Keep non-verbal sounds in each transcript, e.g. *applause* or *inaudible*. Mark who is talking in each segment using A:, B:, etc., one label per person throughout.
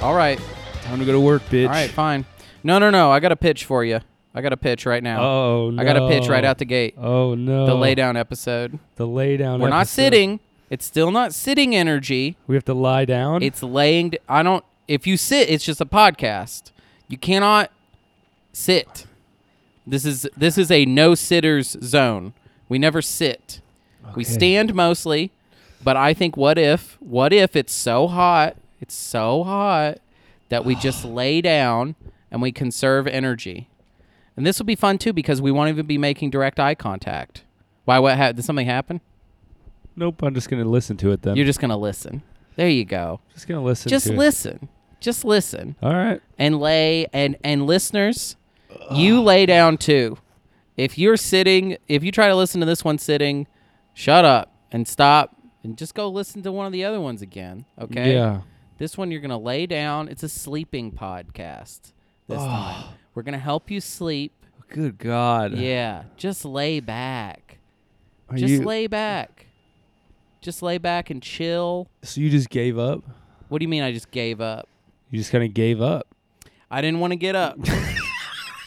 A: All right.
B: Time to go to work, bitch.
A: All right, fine. No, no, no. I got a pitch for you. I got a pitch right now.
B: Oh no.
A: I got a pitch right out the gate.
B: Oh no.
A: The lay down episode.
B: The lay down.
A: We're not
B: episode.
A: sitting. It's still not sitting energy.
B: We have to lie down.
A: It's laying. D- I don't. If you sit, it's just a podcast. You cannot sit. This is this is a no sitters zone. We never sit. We
B: Okay.
A: stand mostly, but I think what if what if it's so hot, it's so hot that we
B: *sighs*
A: just lay down and we conserve energy. And this will be fun too because we won't even be making direct eye contact. Why? What? Ha- did something happen?
B: nope. I'm just gonna listen to it then.
A: You're just gonna listen. There you go.
B: just gonna listen.
A: just
B: to it.
A: listen. Just listen
B: All right.
A: and lay and and listeners, you lay down too. If you're sitting, if you try to listen to this one sitting, shut up and stop and just go listen to one of the other ones again. Okay.
B: Yeah.
A: This one you're gonna lay down. It's a sleeping podcast. This time we're gonna help you sleep.
B: Oh, Good God.
A: Yeah. Just lay back.
B: Are
A: just
B: you-
A: lay back. Just lay back and chill.
B: So you just gave up?
A: What do you mean? I just gave up.
B: You just kind of gave up.
A: I didn't want to get up.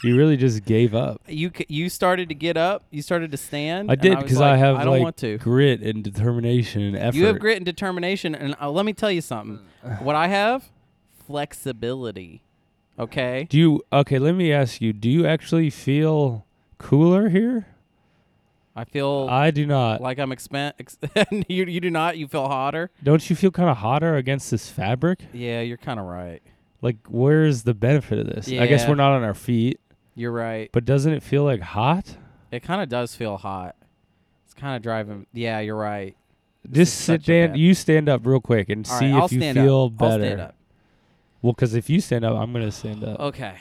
B: You really just gave up.
A: you c- you started to get up. You started to stand.
B: I
A: and
B: did
A: was
B: because I,
A: like,
B: have
A: I don't
B: like
A: want to.
B: grit and determination and effort.
A: You have grit and determination, and uh, let me tell you
B: *laughs*
A: something. What I have, flexibility. Okay.
B: Do you okay? Let me ask you. Do you actually feel cooler here?
A: I feel
B: I do not.
A: like I'm expen. Ex- *laughs* you you do not. You feel hotter.
B: Don't you feel kind of hotter against this fabric?
A: Yeah, you're kind of right.
B: Like, where is the benefit of this? I guess
A: Yeah.
B: we're not on our feet,
A: You're right.
B: but doesn't it feel like hot?
A: It kind of does feel hot. It's kind of driving. Yeah, you're right. is
B: Just sit
A: such a
B: down.
A: bad-
B: You stand up real quick and
A: All
B: see
A: right, I'll
B: if you
A: stand
B: feel
A: up.
B: better.
A: I'll stand up. Oh.
B: Well, because if you stand up, I'm gonna stand up.
A: Okay.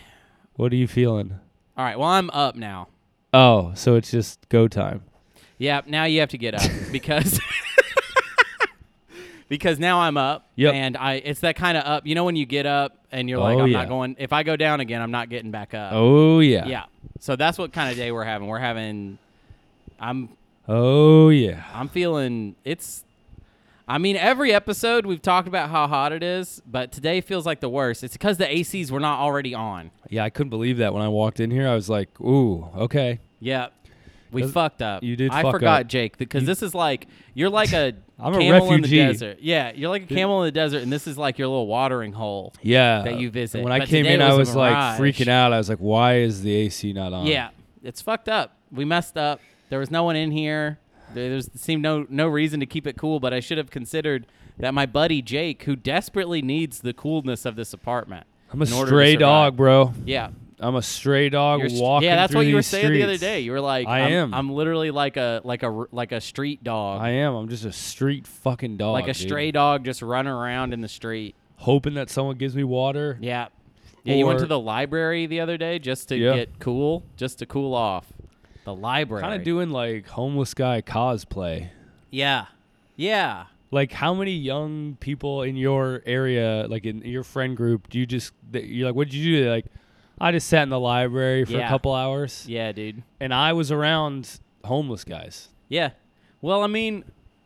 B: What are you feeling?
A: All right. Well, I'm up now.
B: Oh, so it's just go time.
A: Yep. Now you have to get
B: *laughs*
A: up because *laughs* because now I'm up.
B: Yep.
A: And I it's that kind of up. You know when you get up and you're like,
B: Oh,
A: I'm
B: yeah.
A: not going. If I go down again, I'm not getting back up.
B: Oh yeah.
A: Yeah. So that's what kind of day we're having. We're having. I'm
B: Oh yeah.
A: I'm feeling it's. I mean, every episode we've talked about how hot it is, but today feels like the worst. It's because the ACs were not already on.
B: Yeah, I couldn't believe that when I walked in here. I was like, "Ooh, okay."
A: Yep. We
B: Does-
A: fucked up.
B: you did
A: I
B: fuck
A: forgot,
B: up.
A: Jake, because this is like you're like a
B: *laughs* I'm a
A: camel in the
B: refugee.
A: desert. Yeah, you're like a camel in the desert, and this is like your little watering hole.
B: Yeah.
A: That you visit.
B: When I
A: But
B: came
A: today
B: in,
A: was
B: I
A: a
B: was like
A: mirage.
B: freaking out. I was like, "Why is the AC not on?"
A: Yeah, it's fucked up. We messed up. There was no one in here. There there's, seemed no no reason to keep it cool, but I should have considered that my buddy Jake, who desperately needs the coolness of this apartment,
B: I'm a
A: in order to
B: stray
A: survive.
B: dog, bro.
A: Yeah,
B: I'm a stray dog
A: You're st-
B: walking.
A: yeah, that's
B: through
A: what you were
B: these
A: saying the other
B: streets.
A: day. You were like,
B: I
A: I'm-
B: am.
A: I'm literally like a like a r- like a street dog,
B: I am. I'm just a street fucking dog.
A: like a
B: dude.
A: stray dog just running around in the street.
B: hoping that someone gives me water.
A: Yeah. Yeah, you went to
B: Or-
A: the library the other day just to
B: Yeah.
A: get cool, just to cool off. The library.
B: Kind of doing like homeless guy cosplay.
A: Yeah. Yeah.
B: Like how many young people in your area, like in your friend group, do you just that you're like, what did you do? They're like, I just sat in the library for a
A: Yeah.
B: couple hours,
A: Yeah, dude.
B: and I was around homeless guys.
A: Yeah. Well, I mean,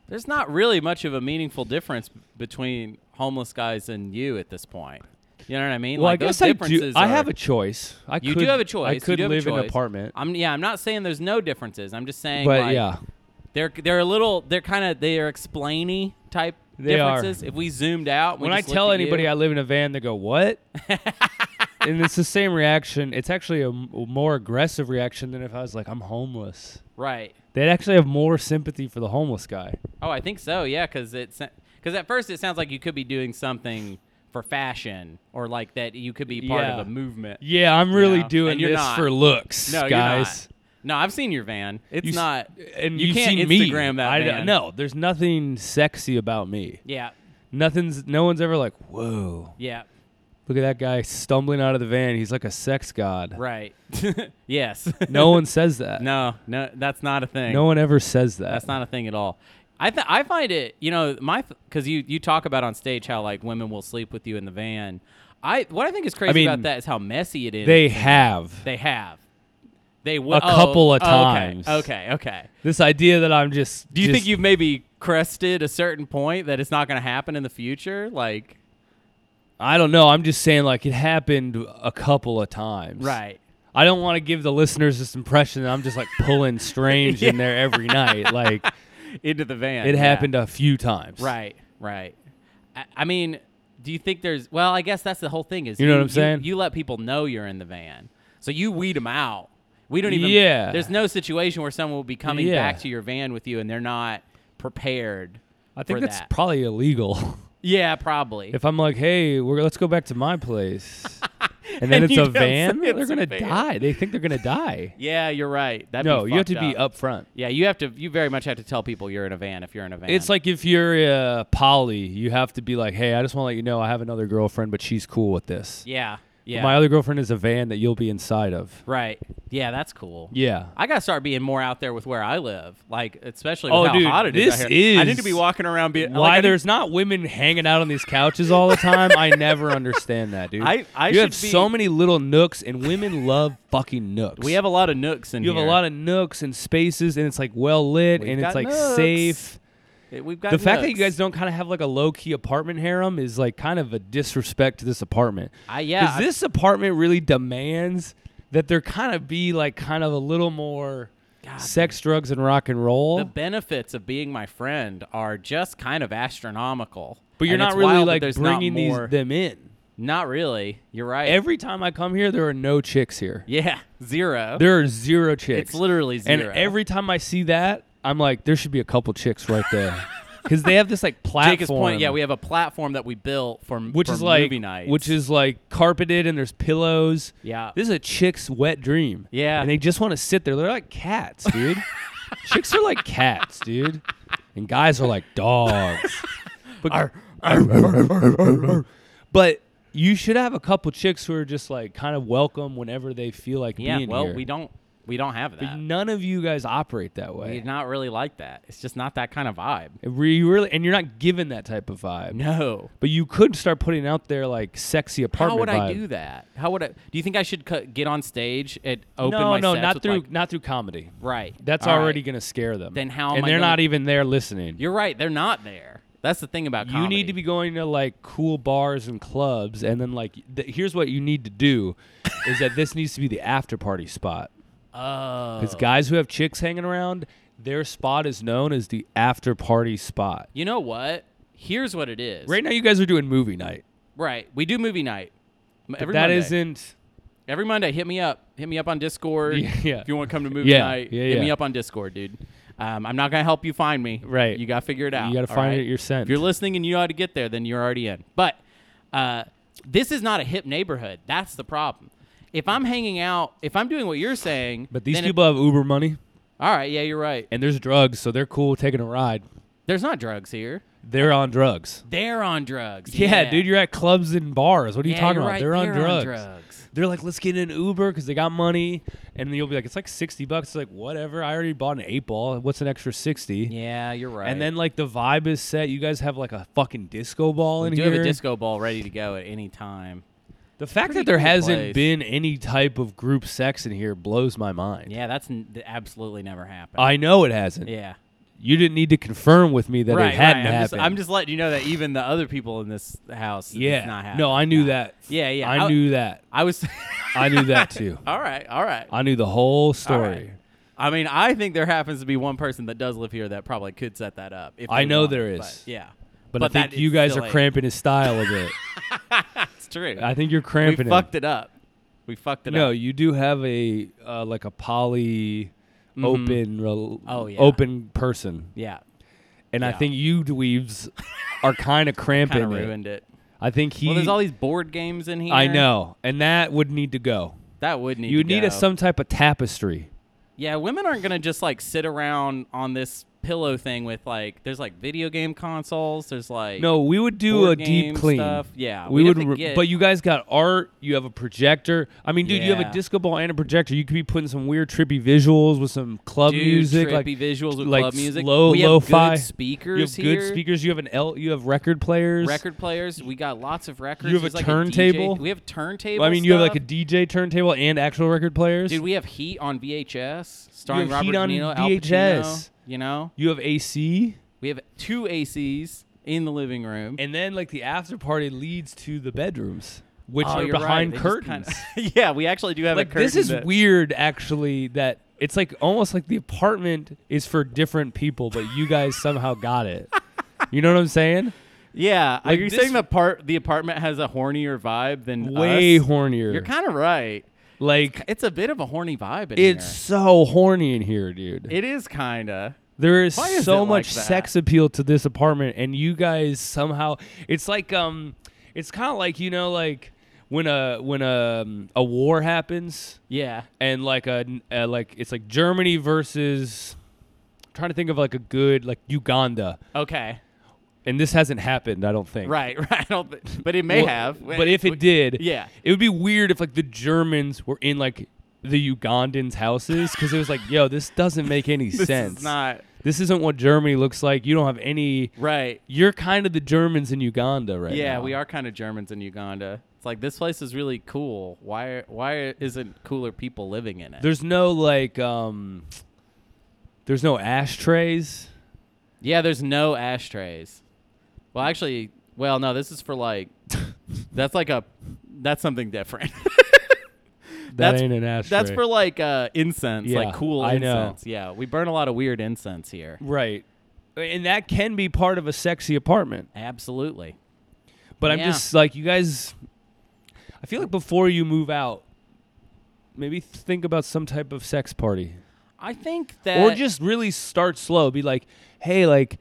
A: there's not really much of a meaningful difference b- between homeless guys and you at this point. You know what I mean?
B: Well,
A: like
B: I guess
A: those
B: I do.
A: differences
B: I
A: are-
B: have a choice. I
A: You
B: could,
A: do have a choice.
B: I
A: You
B: could
A: do have a
B: live in an
A: choice.
B: apartment,
A: I'm yeah, I'm not saying there's no differences. I'm just saying
B: but
A: like,
B: yeah,
A: they're they're a little they're kind of they are explainy type
B: They are.
A: differences. If we zoomed out, we
B: when I
A: just looked
B: tell
A: at you-
B: anybody I live in a van, they go, *laughs* "What?" and it's the same reaction. It's actually a m- more aggressive reaction than if I was like, "I'm homeless."
A: right?
B: They'd actually have more sympathy for the homeless guy.
A: Oh, I think so. Yeah, because it's because at first it sounds like you could be doing something for fashion or like that you could be part
B: Yeah.
A: of a movement.
B: Yeah, I'm really
A: know,
B: doing
A: and you're
B: this
A: not.
B: for looks,
A: No,
B: guys.
A: you're not. No, I've seen your van. It's
B: You s-
A: not.
B: and
A: you
B: have
A: can't
B: seen me.
A: Instagram that
B: I d-
A: van.
B: No, there's nothing sexy about me.
A: Yeah.
B: Nothing's. No one's ever like, "Whoa,
A: Yeah.
B: look at that guy stumbling out of the van. He's like a sex god."
A: Right. *laughs* yes.
B: No one says
A: *laughs*
B: that.
A: no. No. That's not a thing.
B: No one ever says that.
A: That's not a thing at all. I th- I find it, you know, my because you you talk about on stage how like women will sleep with you in the van. I what I think is crazy
B: mean,
A: about that is how messy it is.
B: They have
A: they have they will oh,
B: A couple of times.
A: Okay, okay.
B: this idea that I'm just.
A: Do you
B: just-
A: think you've maybe crested a certain point that it's not going to happen in the future? Like,
B: I don't know. I'm just saying, like, it happened a couple of times.
C: Right.
B: I don't want to give the listeners this impression that I'm just like pulling
A: *laughs*
B: strange in there every night. Like,
C: Into the van.
B: it
C: yeah.
B: happened a few times.
C: Right. Right.
A: I, I mean, do you think there's? Well, I guess that's the whole thing. Is
B: You know what I'm saying?
A: You, let people know you're in the van, so you weed them out. We don't even.
B: Yeah.
A: There's no situation where someone will be coming
B: Yeah.
A: back to your van with you and they're not prepared.
B: I think
A: for
B: that's
A: that. *laughs*
B: probably illegal.
A: yeah, probably.
B: If I'm like, hey, we're, let's go back to
A: *laughs*
B: my place, and then
A: And
B: it's
A: you
B: a
A: don't
B: van,
A: say it's
B: they're
A: a
B: gonna
A: van.
B: die. They think
A: *laughs*
B: they're gonna die.
A: yeah, you're right. That'd
B: no,
A: be
B: you have to
A: fucked
B: be
A: up.
B: up front.
A: Yeah, you have to. You very much have to tell people you're in a van if you're in a van.
B: It's like if you're uh, poly, you have to be like, hey, I just want to let you know I have another girlfriend, but she's cool with this.
A: yeah, yeah,
B: My other girlfriend is a van that you'll be inside of.
A: right. Yeah, that's cool.
B: Yeah.
A: I gotta start being more out there with where I live, like especially with
B: Oh,
A: how
B: dude,
A: hot it is.
B: this
A: out here. I need
B: is
A: to be walking around being
B: Why
A: like, I need-
B: there's not women hanging out on these couches all the time? I never understand that, dude.
A: *laughs* I- I
B: you have
A: should be-
B: so many little nooks, and women love fucking nooks.
A: We have a lot of nooks in
B: you
A: here.
B: have a lot of nooks and spaces, and it's like well lit,
A: We've
B: and it's
A: got
B: like
A: nooks.
B: safe.
A: of. Eh, We've got
B: the fact that you
A: nooks.
B: guys don't kind of have like a low key apartment harem is like kind of a disrespect to this apartment.
A: I-
B: Because
A: yeah, I-
B: this apartment really demands that there kind of be like kind of a little more sex, drugs, and rock and roll.
A: the benefits of being my friend are just kind of astronomical.
B: but you're
A: And
B: not
A: it's
B: really
A: wild that
B: like
A: there's not
B: bringing these
A: more-
B: them in.
A: Not really. You're right.
B: Every time I come here, there are no chicks here.
A: yeah, *laughs* zero.
B: There are zero chicks.
A: it's literally zero.
B: And every time I see that, I'm like, there should be a couple chicks right
A: *laughs*
B: there. Because they have this like platform.
A: Jacob's point. Yeah, we have a platform that we built for
B: which
A: for
B: is like
A: movie nights.
B: which is like carpeted and there's pillows.
A: Yeah.
B: This is a chick's wet dream.
A: Yeah.
B: And they just want to sit there. They're like cats,
A: *laughs*
B: dude. Chicks are like cats, dude. And guys are like
A: *laughs*
B: dogs. But, but you should have a couple chicks who are just like kind of welcome whenever they feel like
A: yeah.
B: being
A: Well,
B: here.
A: we don't we don't have that.
B: None of you guys operate that way.
A: We're not really like that. It's just not that kind of vibe.
B: You really and you're not given that type of vibe.
A: No.
B: But you could start putting out there like sexy
A: How
B: apartment.
A: would I
B: vibe.
A: do that? How would I? Do you think I should cu- get on stage and open
B: no,
A: my
B: no,
A: sets
B: not
A: with,
B: through
A: like-
B: not through comedy.
A: right.
B: That's
A: All right.
B: already going to scare them.
A: Then how am
B: And
A: I
B: they're
A: gonna-
B: not even there listening.
A: You're right. They're not there. That's the thing about
B: you need to be going to like cool bars and clubs, and then like th- here's what you need to do, is that this needs to be the after party spot.
A: Oh.
B: Because guys who have chicks hanging around, their spot is known as the after party spot.
A: You know what? Here's what it is.
B: Right now, you guys are doing movie night.
A: Right. We do movie night. M- Every
B: That
A: Monday.
B: isn't.
A: every Monday. Hit me up. Hit me up on Discord.
B: Yeah, *laughs* yeah.
A: If you want to come to movie
B: Yeah,
A: night,
B: yeah,
A: hit
B: yeah.
A: me up on Discord, dude. Um, I'm not gonna help you find me.
B: Right.
A: You gotta figure it out.
B: You gotta
A: all
B: find
A: right?
B: it yourself.
A: If you're listening and you know how to get there, then you're already in. But uh, this is not a hip neighborhood. That's the problem. If I'm hanging out, if I'm doing what you're saying,
B: But these
A: then if-
B: people have Uber money,
A: all right. Yeah, you're right.
B: and there's drugs, so they're cool taking a ride.
A: There's not drugs here.
B: They're on drugs.
A: They're on drugs.
B: Yeah, dude, you're at clubs and bars. What are you
A: Yeah,
B: talking
A: you're
B: about?
A: right,
B: They're, on,
A: they're on
B: drugs.
A: drugs.
B: They're like, let's get an Uber because they got money, and then you'll be like, it's like sixty bucks. It's like whatever. I already bought an eight ball. What's an extra sixty?
A: Yeah, you're right.
B: And then like the vibe is set. You guys have like a fucking disco ball
A: we
B: in
A: do
B: here.
A: have a disco ball ready to go at any time.
B: the fact
A: pretty
B: that there
A: cool
B: hasn't
A: place.
B: been any type of group sex in here blows my mind.
A: Yeah, that's n- that absolutely never happened.
B: I know it hasn't.
A: yeah.
B: You didn't need to confirm with me that
A: right,
B: it hadn't
A: right. I'm just,
B: happened.
A: I'm just letting you know that even the other people in this house,
B: yeah.
A: it's not happening.
B: no, I knew that.
A: Yeah, yeah.
B: I,
A: I-
B: knew that.
A: I was. *laughs*
B: I knew that too.
A: all right, all right.
B: I knew the whole
A: all
B: story.
A: right. I mean, I think there happens to be one person that does live here that probably could set that up. If
B: I
A: they
B: know
A: wanted,
B: there
A: but
B: is.
A: yeah,
B: But, I
A: that
B: think you
A: is
B: guys
A: still
B: are
A: a-
B: cramping his style a bit.
A: It's true.
B: I think
A: *laughs*
B: you're
A: we
B: cramping.
A: fucked it up. We fucked it
B: No,
A: up.
B: you do have a uh, like a poly, open, rel-
A: Mm-hmm. Oh, yeah.
B: open person,
A: Yeah,
B: and I
A: Yeah.
B: think you dweebs
A: *laughs*
B: are kind of cramping.
A: kind of
B: it.
A: ruined it.
B: I think he.
A: Well, there's all these board games in here.
B: I know, and that would need to go.
A: that would need.
B: you
A: to
B: need
A: go.
B: a some type of tapestry.
A: Yeah, women aren't gonna just like sit around on this pillow thing with like. There's like video game consoles. There's like
B: No, we would do
A: board
B: a deep
A: game
B: clean.
A: stuff. Yeah,
B: we
A: we'd
B: would.
A: have to
B: re-
A: get-
B: But you guys got art. You have a projector. I mean, dude, you have
A: Yeah.
B: a disco ball and a projector. You could be putting some weird trippy visuals with some club
A: Dude,
B: music,
A: trippy
B: like
A: visuals with
B: like
A: club music.
B: slow
A: we have
B: lo-fi.
A: good speakers
B: You have
A: here.
B: good speakers. You have an L. You have record players.
A: Record players. We got lots of records.
B: You have
A: There's,
B: a
A: like,
B: turntable?
A: DJ We have turntable.
B: I mean, you have like a
A: stuff.
B: DJ turntable and actual record players.
A: dude. We have Heat on VHS, starring Robert
B: have Heat
A: De
B: on
A: Niro, Al
B: VHS.
A: Pacino. You know,
B: you have AC.
A: we have two ACs
D: in the living room.
B: and then like the after party leads to the bedrooms, which
A: Oh,
B: are
A: you're right.
B: behind
A: They just
B: curtains.
A: *laughs* kinda- yeah, we actually do have a
B: like
A: curtain.
B: this is
A: that-
B: weird, actually. That it's like almost like the apartment is for different people, but you guys somehow
A: *laughs*
B: got it. You know what I'm saying?
A: Yeah,
B: Like,
A: are you
B: this-
A: saying the part the apartment has a hornier vibe than
B: Way
A: us?
B: hornier.
A: You're kind of right.
B: like
A: It's a bit of a horny vibe in
B: it's so horny in here, dude.
A: here. It is kind of.
B: There is,
A: Why is it
B: so
A: like
B: much
A: that?
B: sex appeal to this apartment, and you guys somehow it's like um, it's kind of like you know like when a when a um, a war happens
A: Yeah.
B: and like a, uh like it's like Germany versus I'm trying to think of like a good like Uganda,
A: Okay.
B: and this hasn't happened, I don't think.
A: Right. *laughs* Right. I don't thi- but it may
B: Well,
A: have.
B: But if it did,
A: yeah.
B: it would be weird if like the Germans were in like the Ugandans' houses because it was like, yo, this doesn't make
A: *laughs*
B: any
A: this
B: sense.
A: is not
B: this isn't what Germany looks like. You don't have any.
A: right.
B: You're kind of the Germans in Uganda right now.
A: yeah, we are kind of Germans in Uganda. It's like this place is really cool. Why? Why isn't cooler people living in it?
B: There's no like, um, there's
A: *laughs*
B: no ashtrays.
A: yeah, there's no ashtrays. Well, actually, well, no, this is for like, that's like a, that's something different. *laughs*
B: That
A: That's-
B: ain't an ashtray.
A: that's for like uh, incense,
B: Yeah,
A: like cool
B: I know.
A: incense. Yeah, we burn a lot of weird incense here.
B: right, and that can be part of a sexy apartment.
A: Absolutely.
B: But I'm
D: Yeah.
B: just like you guys. I feel like before you move out, maybe think about some type of sex party,
D: I think that
B: or just really start slow. Be like, hey, like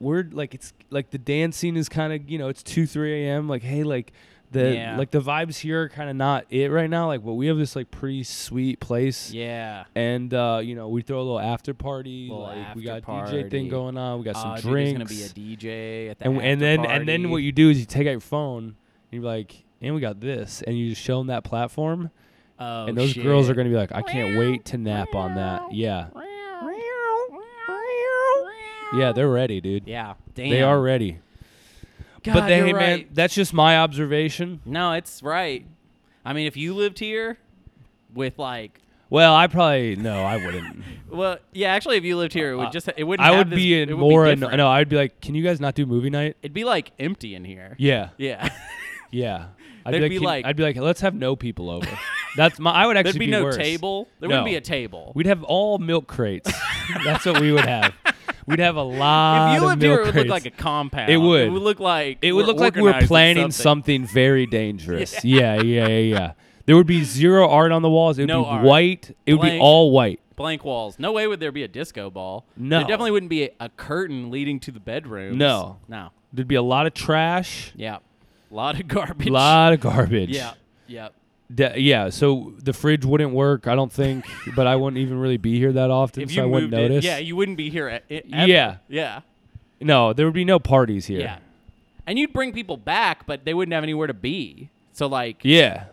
B: we're like it's like the dance scene is kind of you know it's two three a.m. Like hey, like the
D: Yeah.
B: like the vibes here are kind of not it right now. Like, but we have this like pretty sweet place.
D: yeah.
B: And uh, you know we throw a little after party,
D: Little
B: like we got
D: after
B: DJ thing
D: party.
B: going on, we got some
D: Uh, dude,
B: drinks,
D: There's gonna be a DJ at the
B: and, and
D: after
B: then and then
D: party.
B: what you do is you take out your phone and you're like and we got this and you just show them that platform
D: Oh,
B: and those girls are
D: shit.
B: going to be like i can't wait to nap on that yeah yeah they're ready dude
D: Yeah, damn.
B: they are ready
D: God,
B: but they
D: you're
B: hey man
D: right.
B: that's just my observation
D: No, it's right. I mean, if you lived here with like,
B: well i probably no i
D: *laughs*
B: wouldn't
D: well, yeah, actually, if you lived here, it would just it wouldn't.
B: Uh, i
D: have
B: would
D: this-
B: be
D: it
B: in
D: would
B: more anno-
D: different.
B: no i'd be like can you guys not do movie night
D: It'd be like empty in here.
B: yeah
D: Yeah, *laughs*
B: yeah I'd
D: There'd be
B: "Can-
D: like-
B: I'd be like, let's have no
D: *laughs*
B: people over. That's my. I would actually
D: there'd be,
B: be
D: no
B: worse.
D: table. There
B: No.
D: wouldn't be a table.
B: We'd have all milk
D: *laughs*
B: crates. That's what we would have. We'd have a lot
D: if you
B: of
D: lived
B: milk
D: here, it would
B: crates.
D: look like a compound.
B: It would.
D: It would look like
B: it
D: we're
B: would look like we were
D: organizing
B: planning
D: something.
B: something, very dangerous.
D: *laughs*
B: Yeah. yeah, yeah, yeah, There would be zero art on the walls. It would
D: No
B: be
D: art.
B: white. It would be
D: Blank.
B: all white.
D: blank walls. No way would there be a disco ball.
B: No.
D: there definitely wouldn't be a, a curtain leading to the bedrooms.
B: No.
D: no,
B: There'd be a lot of trash,
D: yeah, a lot of *laughs* garbage.
B: a lot of garbage.
D: Yeah, yeah.
B: Da- yeah. So the fridge wouldn't work, I don't think, *laughs* but I wouldn't even really be here that often,
D: If
B: so
D: you
B: I wouldn't
D: moved it,
B: notice.
D: yeah, you wouldn't be here. At, it, ever.
B: Yeah.
D: yeah,
B: No, there would be no parties here.
D: yeah. And you'd bring people back, but they wouldn't have anywhere to be. So like,
B: Yeah.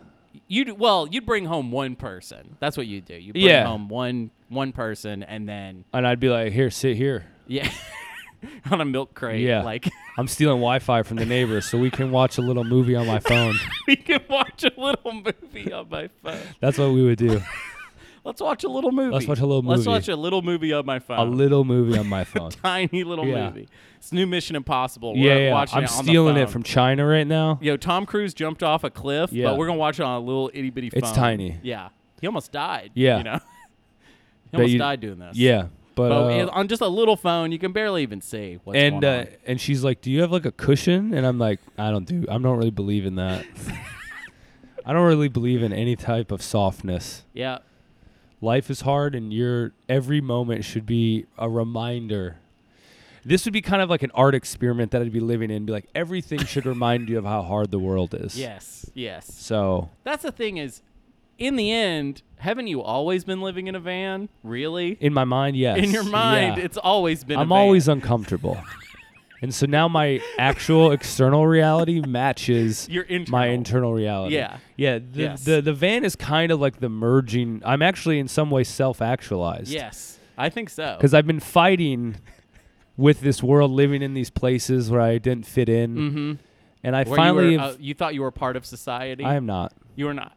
D: you'd well, you'd bring home one person. That's what you do. You bring
B: Yeah.
D: home one one person, and then
B: And I'd be like, here, sit here.
D: yeah, *laughs* on a milk crate.
B: Yeah.
D: like *laughs*
B: I'm stealing Wi-Fi from the neighbors so we can watch a little movie on my
D: *laughs*
B: phone.
D: we could watch a little movie on my phone.
B: That's what we would do.
D: Let's watch a little movie.
B: watch a little
D: Let's
B: movie.
D: watch a little movie on my phone.
B: A little movie on my phone.
D: tiny little
B: Yeah.
D: movie. It's new Mission Impossible.
B: yeah,
D: we're
B: yeah.
D: watching
B: I'm
D: it on
B: stealing
D: the
B: it
D: phone.
B: from China right now.
D: Yo, Tom Cruise jumped off a cliff,
B: Yeah.
D: but we're gonna watch it on a little itty bitty phone.
B: It's tiny.
D: Yeah, he almost died.
B: Yeah.
D: you know, *laughs* he almost
B: you-
D: died doing this.
B: Yeah, but,
D: but
B: uh,
D: it- on just a little phone, you can barely even see what's
B: and
D: going
B: uh, and she's like, "Do you have like a cushion?" And I'm like, "I don't do. I don't really believe in
D: *laughs*
B: that. I don't really believe in any type of softness.
D: on. Yeah,
B: Life is hard, and your every moment should be a reminder." This would be kind of like an art experiment that I'd be living in. Be like, everything should remind you of how hard the world is.
D: yes, yes.
B: So
D: That's the thing is, in the end, haven't you always been living in a van? Really?
B: in my mind, yes.
D: In your mind,
B: Yeah.
D: it's always been. a
B: I'm
D: van.
B: always uncomfortable. and so now my actual external reality matches
D: *laughs* Your
B: my
D: internal.
B: internal reality.
D: Yeah.
B: Yeah. The,
D: Yes.
B: the, the van is kind of like the merging. I'm actually in some way self actualized.
D: Yes, I think so.
B: Because I've been fighting with this world, living in these places where I didn't fit in.
D: Mm-hmm.
B: And I
D: Where
B: finally,
D: you, were,
B: have-
D: uh, you thought you were part of society.
B: I am not.
D: you were not.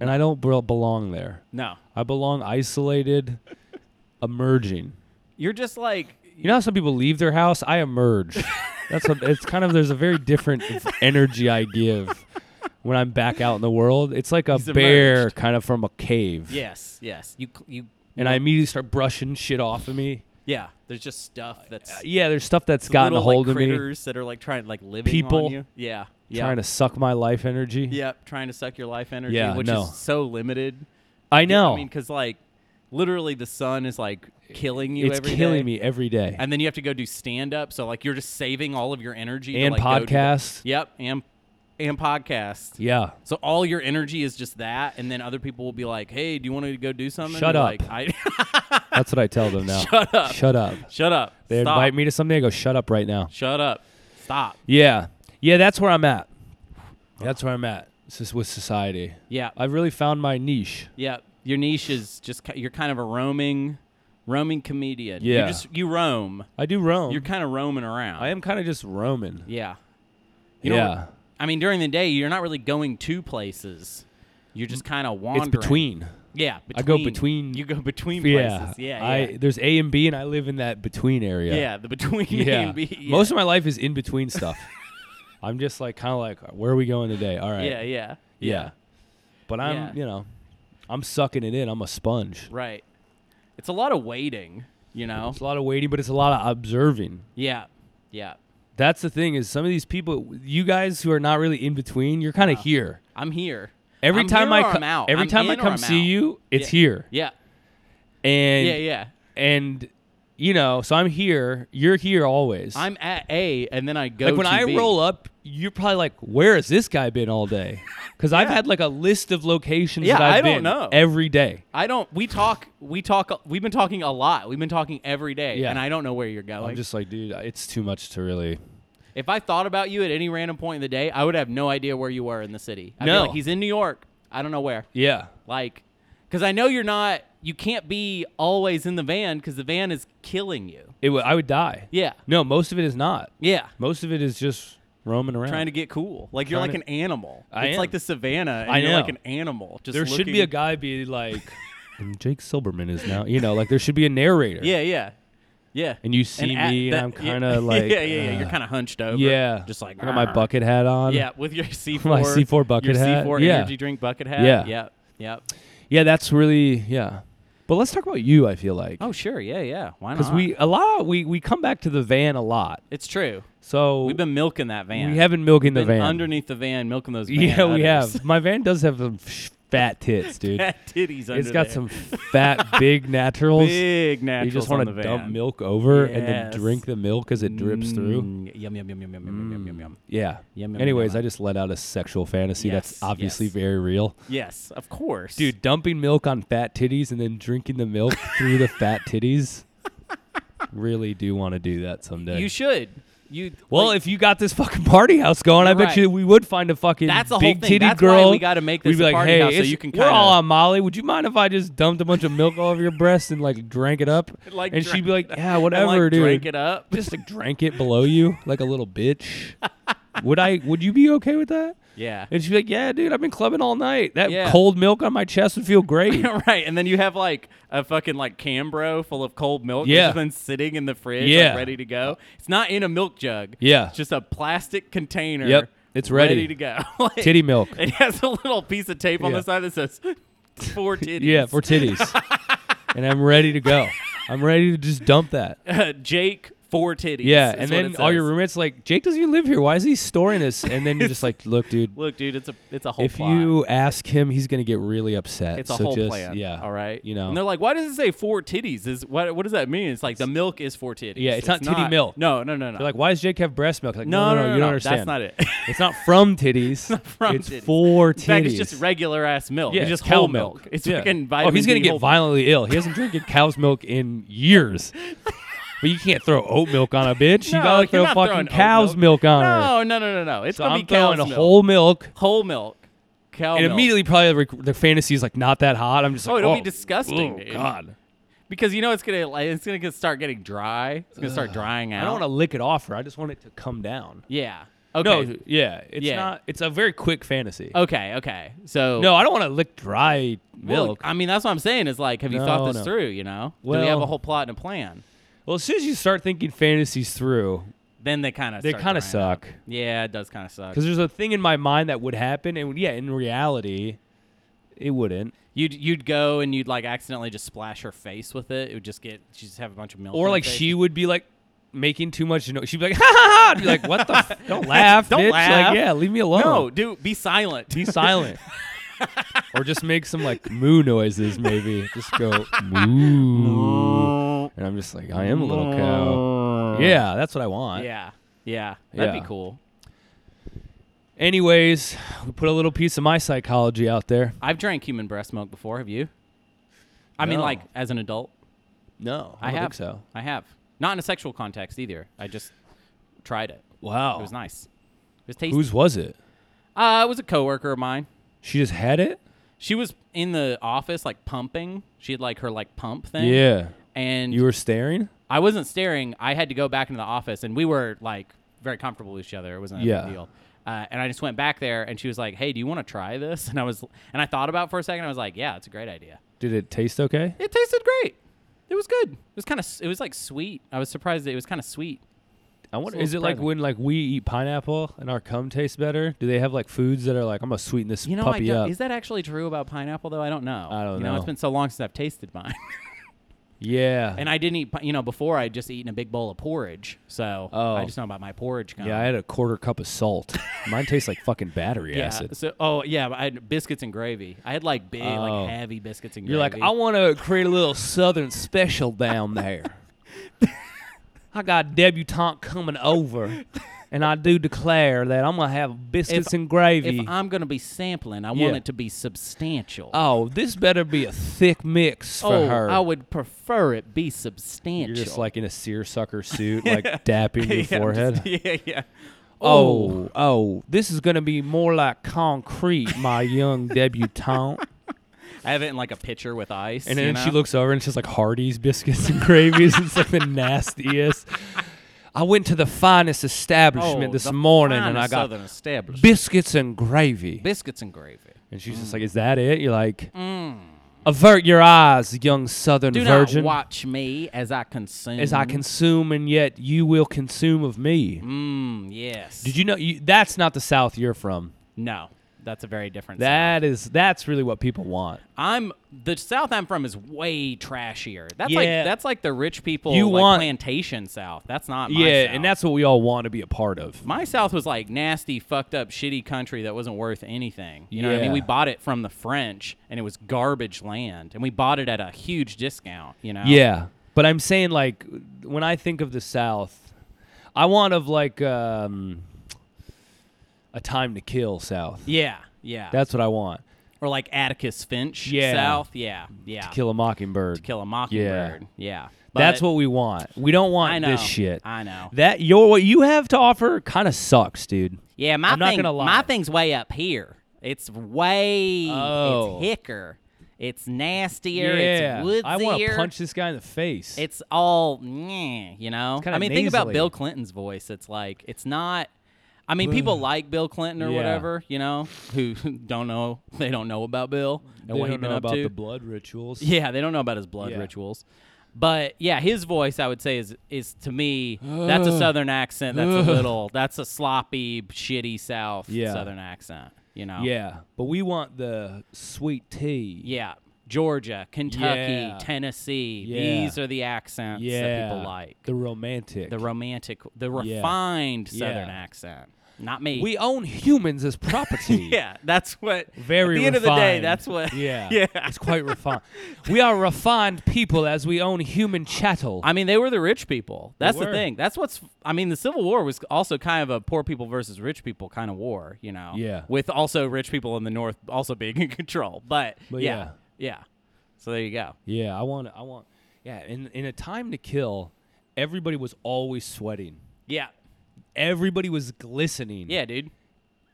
B: And I don't bel- belong there.
D: No,
B: I
D: *laughs*
B: belong isolated, emerging.
D: you're just like
A: *laughs*
B: You know how some people leave their house? I emerge. That's a, it's kind of there's a very different energy I give when I'm back out in the world. It's like a
A: He's
B: bear
A: emerged.
B: kind of from a cave.
A: Yes, yes. You cl- you
B: And I immediately start brushing shit off of me.
A: yeah. There's just stuff that's
B: Uh, yeah, there's stuff that's
A: it's
B: gotten a
A: little, like,
B: hold of me,
A: critters that are like trying like living
B: People
A: on you. Yeah, yeah.
B: trying to suck my life energy.
A: Yep, trying to suck your life energy,
B: Yeah,
A: which
B: no.
A: is so limited.
B: I know.
A: I mean, because like literally the sun is like killing you.
B: it's
A: every
B: killing
A: day.
B: me every day.
A: And then you have to go do stand up, so like you're just saving all of your energy
B: And
A: to, like, go do that.
B: podcasts.
A: Yep, and and podcast.
B: yeah.
A: So all your energy is just that, and then other people will be like, "Hey, do you want to go do something?"
B: Shut
A: You're
B: up.
A: Like,
B: That's what I
A: *laughs*
B: tell them now.
A: I, *laughs* shut up.
B: Shut up.
A: Shut up.
B: They
A: Stop.
B: invite me to something. I go, shut up right now.
A: Shut up. Stop.
B: Yeah. Yeah, that's where I'm at. That's where I'm at. It's just with society.
A: Yeah.
B: I've really found my niche.
A: Yeah, your niche is just ki- you're kind of a roaming, roaming comedian.
B: Yeah.
A: you just you roam.
B: I do roam.
A: You're kind of roaming around.
B: I am kind of just roaming.
A: Yeah, You know
B: Yeah.
A: I mean during the day you're not really going to places. You're just kind of wandering.
B: it's between.
A: Yeah, between.
B: I go between-
A: You go between
B: Yeah.
A: places. Yeah,
B: I
A: yeah.
B: there's A and B and I live in that between area.
A: yeah. *laughs* the between
B: Yeah.
A: A and *laughs* B. Yeah.
B: Most of my life is in
A: *laughs*
B: between stuff. I'm just like kind of like where are we going today? All right.
A: yeah, yeah,
B: Yeah. But I'm,
A: Yeah.
B: you know, I'm sucking it in. I'm a sponge.
A: Right. It's a lot of waiting. You know.
B: It's a lot of waiting, but it's a lot of observing.
A: Yeah. Yeah.
B: That's the thing is some of these people, you guys who are not really in between, you're kind of here.
A: I'm here.
B: Every
A: I'm
B: time
A: here
B: I
A: or
B: co-
A: I'm out.
B: every
A: I'm
B: time I
A: in or
B: come
A: I'm
B: see
A: out.
B: you, it's
A: Yeah.
B: here.
A: Yeah.
B: And
A: Yeah. Yeah.
B: and you know, so I'm here. You're here always.
A: I'm at A, and then I go.
B: like when
A: to
B: I
A: B.
B: roll up, you're probably like, "Where has this guy been all day?"
A: *laughs*
B: Because I've had like a list of locations
A: Yeah,
B: that I've
A: I don't
B: been
A: know.
B: every day.
A: I don't. We talk. We talk. We've been talking a lot. We've been talking every day,
B: Yeah.
A: and I don't know where you're going.
B: I'm just like, dude, it's too much to really.
A: if I thought about you at any random point in the day, I would have no idea where you were in the city. I'd be
B: No.
A: like, he's in New York. I don't know where.
B: Yeah,
A: Like, because I know you're not. You can't be always in the van because the van is killing you.
B: it. W- I would die.
A: Yeah.
B: No, most of it is not.
A: Yeah.
B: Most of it is just roaming around.
A: Trying to get cool. Like you're
B: Trying
A: like
B: to-
A: an animal.
B: I
A: it's
B: am.
A: like the savannah. And
B: I
A: you're
B: know.
A: like an animal. Just
B: there should be a
A: looking-
B: guy be like,
A: *laughs*
B: and Jake Silberman is now. You know, like there should be a narrator.
A: Yeah. Yeah. Yeah.
B: And you see
A: at
B: me,
A: that-
B: and
A: *laughs*
B: I'm
A: yeah,
B: kind of like,
A: Yeah. Yeah. Yeah.
B: uh,
A: You're kind of hunched over.
B: yeah,
A: Just like
B: I got my
A: "Arr."
B: bucket hat on.
A: Yeah, with your *laughs* C4
B: *laughs* My C4 bucket
A: your
B: hat,
A: C4
B: yeah.
A: energy drink bucket hat.
B: Yeah.
A: Yep. Yep.
B: yeah, that's really yeah. But let's talk about you. I feel like
A: Oh, sure. Yeah, yeah. Why not?
B: because we a lot we we come back to the van a lot.
A: It's true.
B: So
A: We've been milking that van.
B: we have been milking the
A: been
B: van
A: underneath the van milking those van
B: *laughs* Yeah, we
A: *laughs* udders.
B: have. *laughs* My van does have some sh- fat tits,
A: *laughs*
B: dude.
A: Fat titties under
B: it's got
A: there.
B: some fat big naturals.
A: big naturals
B: you just
A: on
B: want
A: the
B: to
A: van.
B: dump milk over and then
A: Yes.
B: drink the milk as it drips through. Mm.
A: Mm, yum yum yum yum yum yum yum yum yum.
B: Yeah.
A: Yum, yum,
B: Anyways,
A: yum.
B: I just let out a sexual fantasy that's
A: Yes,
B: obviously
A: yes.
B: very real.
A: Yes, of course.
B: Dude, dumping milk on fat titties and then drinking the milk through
A: *laughs*
B: the fat titties. Really do want to do that someday.
A: you should. You
B: well,
A: like,
B: if you got this fucking party house going, I
A: You're
B: bet
A: right.
B: you we would find a fucking
A: That's the whole
B: big
A: thing.
B: titty
A: That's why
B: girl.
A: we gotta make
B: We'd
A: this
B: be
A: a
B: like,
A: party
B: hey,
A: house so
B: it's-
A: you can
B: we're all
A: kinda-
B: on Molly. Would you mind if I just dumped a bunch of milk all over your breast and like drank it up?
A: *laughs* Like,
B: and she'd
A: drank
B: be like, yeah,
A: and,
B: whatever,
A: like,
B: dude.
A: drink it up. *laughs*
B: Just like drank it below you like a little bitch. would I? Would you be okay with that?
A: Yeah. *laughs*
B: And she'd be like, yeah, dude, I've been clubbing all night. That
A: Yeah.
B: cold milk on my chest would feel great.
A: *laughs* right, and then you have like a fucking like Cambro full of cold milk
B: Yeah.
A: that's been sitting in the fridge,
B: Yeah.
A: like, ready to go. It's not in a milk jug.
B: Yeah.
A: it's just a plastic container.
B: Yep, it's ready.
A: to go. *laughs* Like,
B: Titty milk.
A: It has a little piece of tape on
B: Yeah.
A: the side that says four titties.
B: *laughs* Yeah, for
A: *laughs*
B: titties. and I'm ready to go. I'm ready to just dump that.
A: uh, *laughs* Jake four titties.
B: Yeah,
A: is
B: and
A: what
B: then
A: it
B: all your
A: says.
B: roommates like, Jake doesn't even live here. Why is he storing this? And then you're just like, look, dude,
A: Look, dude, it's a it's a *laughs* whole.
B: if
A: plot.
B: you ask him, he's gonna get really upset.
A: It's a
B: So
A: whole
B: just-
A: plan.
B: Yeah.
A: All right.
B: You know.
A: And they're like, why does it say four titties? Is what what does that mean? It's like the milk is four titties.
B: Yeah, it's not titty milk.
A: No, no, no, no.
B: They're like, why does Jake have breast milk? Like,
A: no,
B: no, no, you don't understand.
A: That's not it.
B: It's not
A: *laughs*
B: from titties. it's
A: from titties.
B: for titties.
A: In fact, it's just regular ass milk.
B: yeah,
A: it's just
B: cow
A: whole milk. It's
B: yeah.
A: fucking
B: Oh,
A: vitamin
B: he's gonna
A: D
B: get
A: whole-
B: violently ill. He hasn't drinking cow's milk in
A: *laughs*
B: years. but you can't throw oat milk on a bitch.
A: No,
B: you gotta
A: you're
B: throw
A: not
B: fucking
A: throwing oat
B: cow's milk,
A: milk.
B: on her.
A: No, no, no, no, no. It's
B: So
A: gonna
B: I'm
A: be cow's
B: throwing
A: milk.
B: whole milk.
A: whole milk. Cow
B: and
A: milk.
B: immediately probably the, rec- the fantasy is like not that hot. I'm just
A: Oh,
B: like,
A: it'll
B: oh,
A: be disgusting,
B: Oh
A: dude.
B: god,
A: because you know it's gonna like, it's gonna get- start getting dry. It's gonna start drying out.
B: I don't want to lick it off her. I just want it to come down.
A: Yeah. Okay.
B: No, yeah, it's
A: Yeah. Oh.
B: not. It's a very quick fantasy.
A: Okay. Okay. So
B: No, I don't want to lick dry
A: Well,
B: milk.
A: I mean, that's what I'm saying. Is like, have you thought
B: No,
A: this
B: no.
A: through? You know, do we have
B: Well-
A: a whole plot and a plan?
B: Well, as soon as you start thinking fantasies through,
A: Then they kind of
B: They kind of suck.
A: Yeah, it does kind of suck.
B: Because there's a thing in my mind that would happen, and yeah, in reality, it wouldn't.
A: You'd you'd go and you'd like accidentally just splash her face with it. It would just get she'd just have a bunch of milk.
B: Or
A: on her
B: like
A: face.
B: she would be like making too much noise. She'd be like, *laughs* ha ha ha! I'd be like, what the? F- *laughs* don't laugh.
A: Don't
B: bitch.
A: laugh.
B: Like, yeah, leave me alone.
A: No, dude, be silent. *laughs*
B: be silent. or just make some like moo noises, maybe. Just go moo. And I'm just like, I am a little cow. Yeah, that's what I want.
A: Yeah, yeah, that'd
B: Yeah.
A: be cool.
B: Anyways, we put a little piece of my psychology out there.
A: I've drank human breast milk before. Have you? I mean,
B: No.
A: like as an adult,
B: No,
A: I,
B: don't
A: have.
B: think so.
A: I have not in a sexual context either. I just tried it.
B: Wow.
A: It was nice. It was tasty.
B: Whose was it?
A: uh, it was a coworker of mine.
B: She just had it?
A: She was in the office like pumping. She had like her like pump thing.
B: Yeah.
A: And
B: You were staring?
A: I wasn't staring. I had to go back into the office, and we were like very comfortable with each other. It wasn't a
B: Yeah.
A: big deal. Uh, and I just went back there, and she was like, "Hey, do you want to try this?" *laughs* And I was, and I thought about it for a second. I was like, "Yeah, it's a great idea.
B: Did it taste okay?
A: It tasted great. It was good. It was kind of, it was like sweet. I was surprised that it was kind of sweet.
B: I wonder
A: a little
B: is it like
A: surprising.
B: when like we eat pineapple and our cum tastes better? Do they have like foods that are like I'm gonna sweeten this
A: You know, I
B: puppy
A: don't,
B: up?
A: is that actually true about pineapple though? I don't know.
B: I don't
A: you know.
B: know.
A: It's been so long since I've tasted mine,
B: yeah.
A: and I didn't eat. pi- You know, before I'd just eaten a big bowl of porridge, so
B: Oh.
A: I just know about my porridge. Kind
B: yeah, I had a quarter cup of salt. *laughs* Mine tastes like fucking battery
A: Yeah.
B: acid.
A: So, oh yeah, but I had biscuits and gravy. I had like big,
B: Oh.
A: like heavy biscuits and
B: You're
A: gravy.
B: like, I want to create a little Southern special down there. *laughs* I got a debutante coming over, and I do declare that I'm gonna have biscuits and gravy.
A: if I'm gonna be sampling, I
B: Yeah.
A: want it to be substantial.
B: oh, this better be a thick mix for
A: oh,
B: her.
A: I would prefer it be substantial. *laughs*
B: You're just like in a seersucker *laughs* suit, like dapping *laughs* your forehead.
A: *laughs* yeah, yeah.
B: oh, oh, this is gonna be more like concrete, my *laughs* young debutante.
A: I have it in like a pitcher with ice.
B: And
A: you
B: then she
A: know?
B: looks over and she's like Hardee's biscuits and gravies. it's like the nastiest. *laughs* I went to the finest establishment
A: Oh,
B: this
A: the
B: morning and I
A: finest
B: got
A: Southern establishment.
B: biscuits and gravy.
A: biscuits and gravy.
B: and she's just like, "Is that it?" You're like, "Avert your eyes, young Southern
A: Do
B: virgin,
A: not watch me as I consume.
B: as I consume, and yet you will consume of me."
A: Mm, yes.
B: Did you know you, that's not the South you're from?
A: No, that's a very different.
B: That is that's really what people want.
A: I'm the South I'm from is way trashier. That's
B: Yeah.
A: like that's like the rich people
B: You
A: like
B: want-
A: plantation South. That's not my
B: Yeah,
A: South.
B: and that's what we all want to be a part of.
A: my South was like nasty, fucked up, shitty country that wasn't worth anything. You know what I
B: Yeah.
A: mean? We bought it from the French and it was garbage land and we bought it at a huge discount, you know?
B: Yeah, but I'm saying like when I think of the South, I want of like um, a time to kill South.
A: Yeah. Yeah.
B: That's what I want.
A: or like Atticus Finch
B: Yeah.
A: South. Yeah. Yeah.
B: Kill a mockingbird.
A: Kill a mockingbird. Yeah. But
B: That's what we want. We
A: I
B: don't want
A: know.
B: this shit.
A: I know.
B: That your what you have to offer kind of sucks, dude.
A: Yeah, my
B: I'm not
A: thing,
B: gonna lie.
A: my thing's way up here. It's way,
B: Oh.
A: it's hicker, it's nastier,
B: yeah,
A: it's woodsier.
B: I want to punch this guy in the face.
A: It's all, meh, you know.
B: kinda
A: I mean, think about
B: nasally.
A: Bill Clinton's voice. It's like it's not. I mean, people like Bill Clinton or
B: Yeah.
A: whatever, you know, who *laughs* don't know they don't know about Bill and
B: they
A: what
B: don't
A: he'd been
B: know
A: up
B: about
A: to.
B: the blood rituals.
A: Yeah, they don't know about his blood
B: Yeah.
A: rituals. But yeah, his voice I would say is is to me that's a southern accent. That's a little that's a sloppy, shitty South
B: Yeah.
A: southern accent. You know.
B: Yeah, but we want the sweet tea.
A: Yeah. Georgia, Kentucky,
B: Yeah.
A: Tennessee.
B: Yeah.
A: These are the accents
B: yeah,
A: that people like.
B: the romantic,
A: The romantic, the refined southern
B: Yeah.
A: accent. Not me.
B: We own humans as property.
A: *laughs* yeah, that's what.
B: Very
A: At the end of the day,
B: refined.
A: that's what.
B: Yeah.
A: *laughs* yeah.
B: It's quite refined. we are refined people as we own human chattel.
A: I mean, they were the rich people. That's the
B: were.
A: thing. That's what's. I mean, the Civil War was also kind of a poor people versus rich people kind of war, you know?
B: Yeah.
A: With also rich people in the North also being *laughs* in control. But,
B: But
A: yeah, yeah. So there you go.
B: yeah, I want I want Yeah, in in a time to kill, everybody was always sweating.
A: Yeah.
B: Everybody was glistening.
A: Yeah, dude.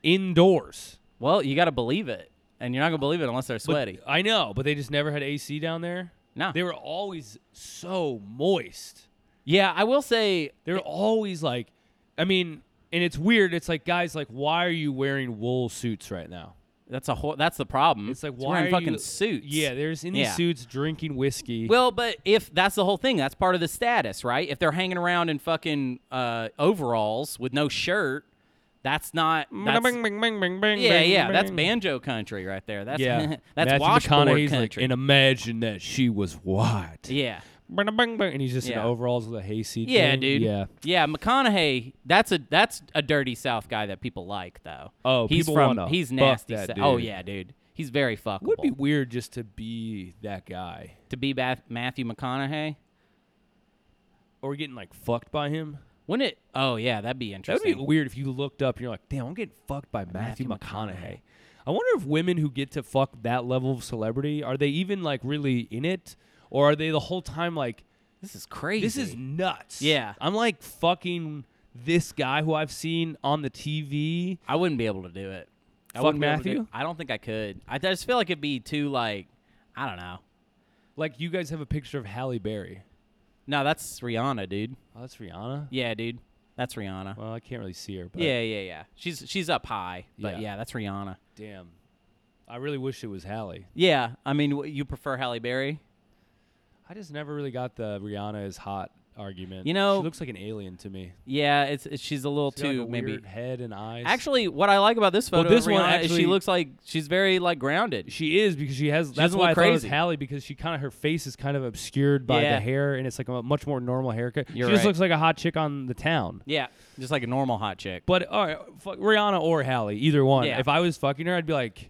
B: Indoors.
A: Well, you got to believe it. And you're not going to believe it unless they're
B: But-
A: sweaty.
B: I know, but they just never had AC down there.
A: No.
B: They were always so moist.
A: yeah, I will say.
B: They're always like I mean, and it's weird. It's like guys like why are you wearing wool suits right now?
A: That's a whole. That's the problem.
B: It's like
A: He's
B: why
A: wearing
B: are
A: fucking
B: you,
A: suits.
B: Yeah, there's in these
A: Yeah.
B: suits drinking whiskey.
A: Well, but if that's the whole thing, that's part of the status, right? If they're hanging around in fucking uh, overalls with no shirt, that's not. That's,
B: Bing, bing, bing, bing, bing,
A: yeah,
B: bing,
A: yeah, that's
B: bing.
A: banjo country right there. That's
B: Yeah,
A: *laughs* that's
B: Matthew
A: washboard
B: McConaughey's like,
A: country.
B: and imagine that she was white.
A: yeah,
B: Bing, bing, bing, and he's just
A: Yeah.
B: in overalls with a hayseed.
A: yeah,
B: thing.
A: dude.
B: Yeah.
A: yeah. McConaughey, that's a that's a dirty South guy that people like though.
B: Oh,
A: he's
B: people
A: from
B: wanna
A: he's
B: fuck
A: nasty.
B: that
A: Sou- Oh
B: dude.
A: yeah, dude. He's very fuckable.
B: Would be weird just to be that guy,
A: to be Bath- Matthew McConaughey.
B: or getting like fucked by him.
A: Wouldn't it? Oh yeah, that'd be
B: That would
A: interesting.
B: be weird if you looked up and you're like, damn, I'm getting fucked by Matthew, McConaughey. I wonder if women who get to fuck that level of celebrity, are they even like really in it? Or are they the whole time like,
A: this is crazy.
B: this is nuts?
A: Yeah.
B: I'm like fucking this guy who I've seen on the TV.
A: I wouldn't be able to do it. I
B: Fuck
A: wouldn't be able to do-
B: Matthew?
A: I don't think I could. I just feel like it'd be too like I don't know.
B: Like, you guys have a picture of Halle Berry.
A: No, that's Rihanna, dude.
B: Oh, that's Rihanna?
A: Yeah, dude. That's Rihanna.
B: Well, I can't really see her, but
A: yeah, yeah, yeah. She's she's up high, but
B: Yeah.
A: yeah, that's Rihanna.
B: damn. I really wish it was Halle.
A: Yeah, I mean, w- you prefer Halle Berry?
B: I just never really got the Rihanna is hot argument.
A: You know-
B: she looks like an alien to me.
A: Yeah, it's, it's she's a little
B: She got, like,
A: too
B: a
A: maybe.
B: weird head and eyes.
A: Actually, what I like about this
B: Well,
A: photo
B: this
A: of Rihanna
B: one
A: is
B: actually-
A: she looks like she's very like grounded.
B: She is because she has. that's
A: doesn't
B: why I
A: look
B: thought it was
A: crazy.
B: Halle because she kind of her face is kind of obscured by the
A: Yeah.
B: hair and it's like a much more normal haircut.
A: You're
B: she just
A: right.
B: looks like a hot chick on the town.
A: Yeah, just like a normal hot chick.
B: But all right, fuck Rihanna or Halle, either one.
A: Yeah.
B: If I was fucking her, I'd be like,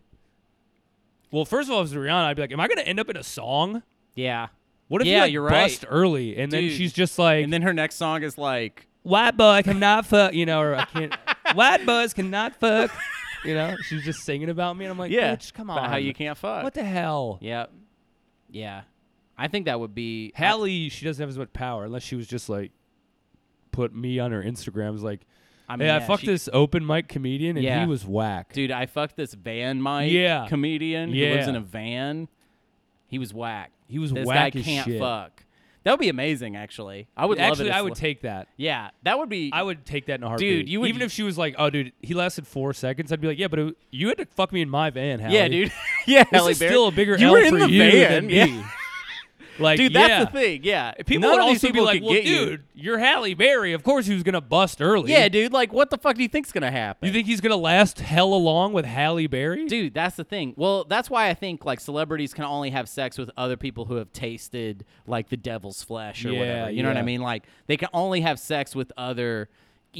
B: well, first of all, if it's Rihanna, I'd be like, am I gonna end up in a song?
A: Yeah,
B: What if you
A: Yeah,
B: like
A: you're right.
B: bust early and then
A: Dude.
B: she's just like,
A: and then her next song is like
B: white boy cannot fuck, you know, or I
A: *laughs*
B: can't, white boys cannot fuck, you know? She's just singing about me, and I'm like,
A: yeah,
B: bitch, come
A: about
B: on,
A: how you can't fuck.
B: what the hell?
A: Yep. Yeah. I think that would be
B: Hallie, she doesn't have as much power unless she was just like put me on her Instagram. Is like,
A: I
B: hey,
A: mean,
B: I
A: yeah,
B: fucked
A: she-
B: this open mic comedian and
A: Yeah.
B: he was whack.
A: Dude, I fucked this van Mike
B: Yeah.
A: comedian who lives
B: Yeah.
A: in a van. He was whack.
B: He was
A: This
B: whack
A: guy
B: as
A: can't
B: shit.
A: fuck. That would be amazing actually. I would love it.
B: Actually,
A: if-
B: I would take that.
A: Yeah, that would be
B: I would take that in a heartbeat.
A: you would-
B: even if she was like, "Oh, dude, he lasted four seconds," I'd be like, "Yeah, but it, you had to fuck me in my van, Hallie."
A: Yeah, dude. *laughs* yeah,
B: *laughs* This
A: Halle
B: is
A: Berry.
B: still a bigger
A: you
B: L
A: were in
B: for
A: the
B: you
A: van. *laughs*
B: than
A: yeah.
B: me. Like,
A: Dude, that's
B: yeah.
A: the thing. Yeah.
B: People
A: None
B: would
A: of these
B: also
A: people
B: be like,
A: could
B: "Well,
A: get you.
B: dude, you're Halle Berry. Of course, he was gonna bust early.
A: Yeah, dude, like what the fuck do you think's going to happen?
B: You think he's gonna last hella long with Halle Berry?
A: Dude, that's the thing. Well, that's why I think like celebrities can only have sex with other people who have tasted like the devil's flesh or
B: Yeah,
A: whatever. You know what
B: yeah.
A: I mean? Like they can only have sex with other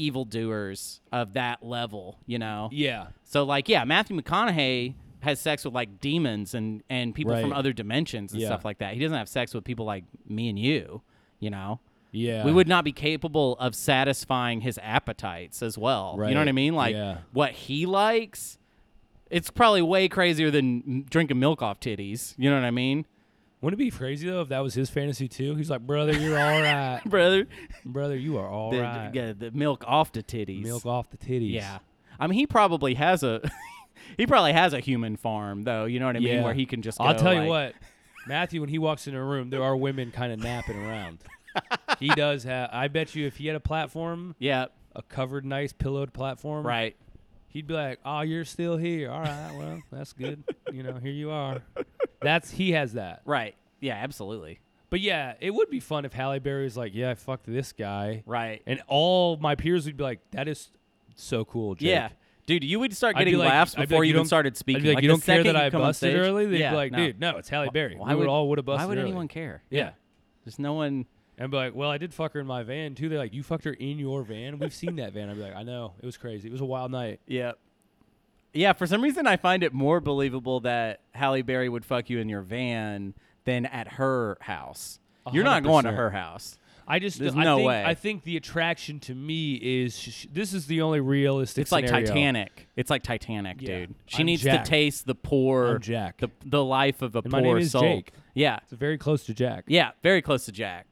A: evildoers of that level, you know?
B: yeah.
A: So like yeah, Matthew McConaughey has sex with like demons and and people from
B: Right.
A: other dimensions and
B: Yeah.
A: stuff like that. He doesn't have sex with people like me and you, you know?
B: Yeah.
A: we would not be capable of satisfying his appetites as well. You know what I
B: Right.
A: mean? Like
B: Yeah.
A: what he likes, it's probably way crazier than m- drinking milk off titties. You know what I mean,
B: Wouldn't it be crazy though if that was his fantasy too? He's like, brother, you're all right.
A: brother?
B: brother, you are all
A: The,
B: right.
A: yeah, the milk off the titties.
B: Milk off the titties.
A: Yeah, I mean he probably has a *laughs* he probably has a human farm though. You know what I mean?
B: Yeah.
A: Where he can just.
B: I'll
A: go,
B: tell you
A: like- *laughs*
B: what, Matthew, when he walks into a room, there are women kind of
A: *laughs*
B: napping around. he does have. I bet you, if he had a platform,
A: Yeah.
B: a covered, nice, pillowed platform,
A: Right.
B: He'd be like, "Oh, you're still here. All right. Well, that's good. you know, here you are." That's he has that.
A: Right. Yeah. Absolutely.
B: But yeah, it would be fun if Halle Berry was like, "Yeah, I fucked this guy,"
A: Right.
B: and all my peers would be like, "That is so cool, Jake."
A: Yeah. Dude, you would start
B: I'd be
A: getting
B: like-
A: laughs
B: I'd be
A: before
B: like,
A: you even
B: don't-
A: started
B: I'd
A: speaking.
B: be like, you
A: the
B: don't care
A: second
B: that
A: you
B: I
A: come on
B: busted
A: stage-
B: early. They'd
A: yeah,
B: be like,
A: no.
B: dude, no, it's Halle Berry.
A: Why
B: we
A: would-
B: would, all would have busted
A: Why would
B: early.
A: anyone care?
B: Yeah.
A: There's no one.
B: And be like, well, I did fuck her in my van too. They're like, you fucked her in your van. We've seen that van. I'd be like, I know, it was crazy. It was a wild night.
A: Yeah. Yeah, for some reason, I find it more believable that Halle Berry would fuck you in your van than at her house. You're not going to
B: 100%.
A: her house.
B: I just,
A: There's
B: I
A: no
B: think,
A: way.
B: I think the attraction to me is sh- sh- this is the only realistic.
A: It's like
B: scenario.
A: Titanic. It's like Titanic,
B: Yeah.
A: dude. She
B: I'm
A: needs
B: Jack.
A: to taste the poor,
B: I'm Jack.
A: the the life of a
B: And my
A: poor
B: name is
A: soul.
B: Jake.
A: Yeah,
B: It's very close to Jack.
A: yeah, very close to Jack.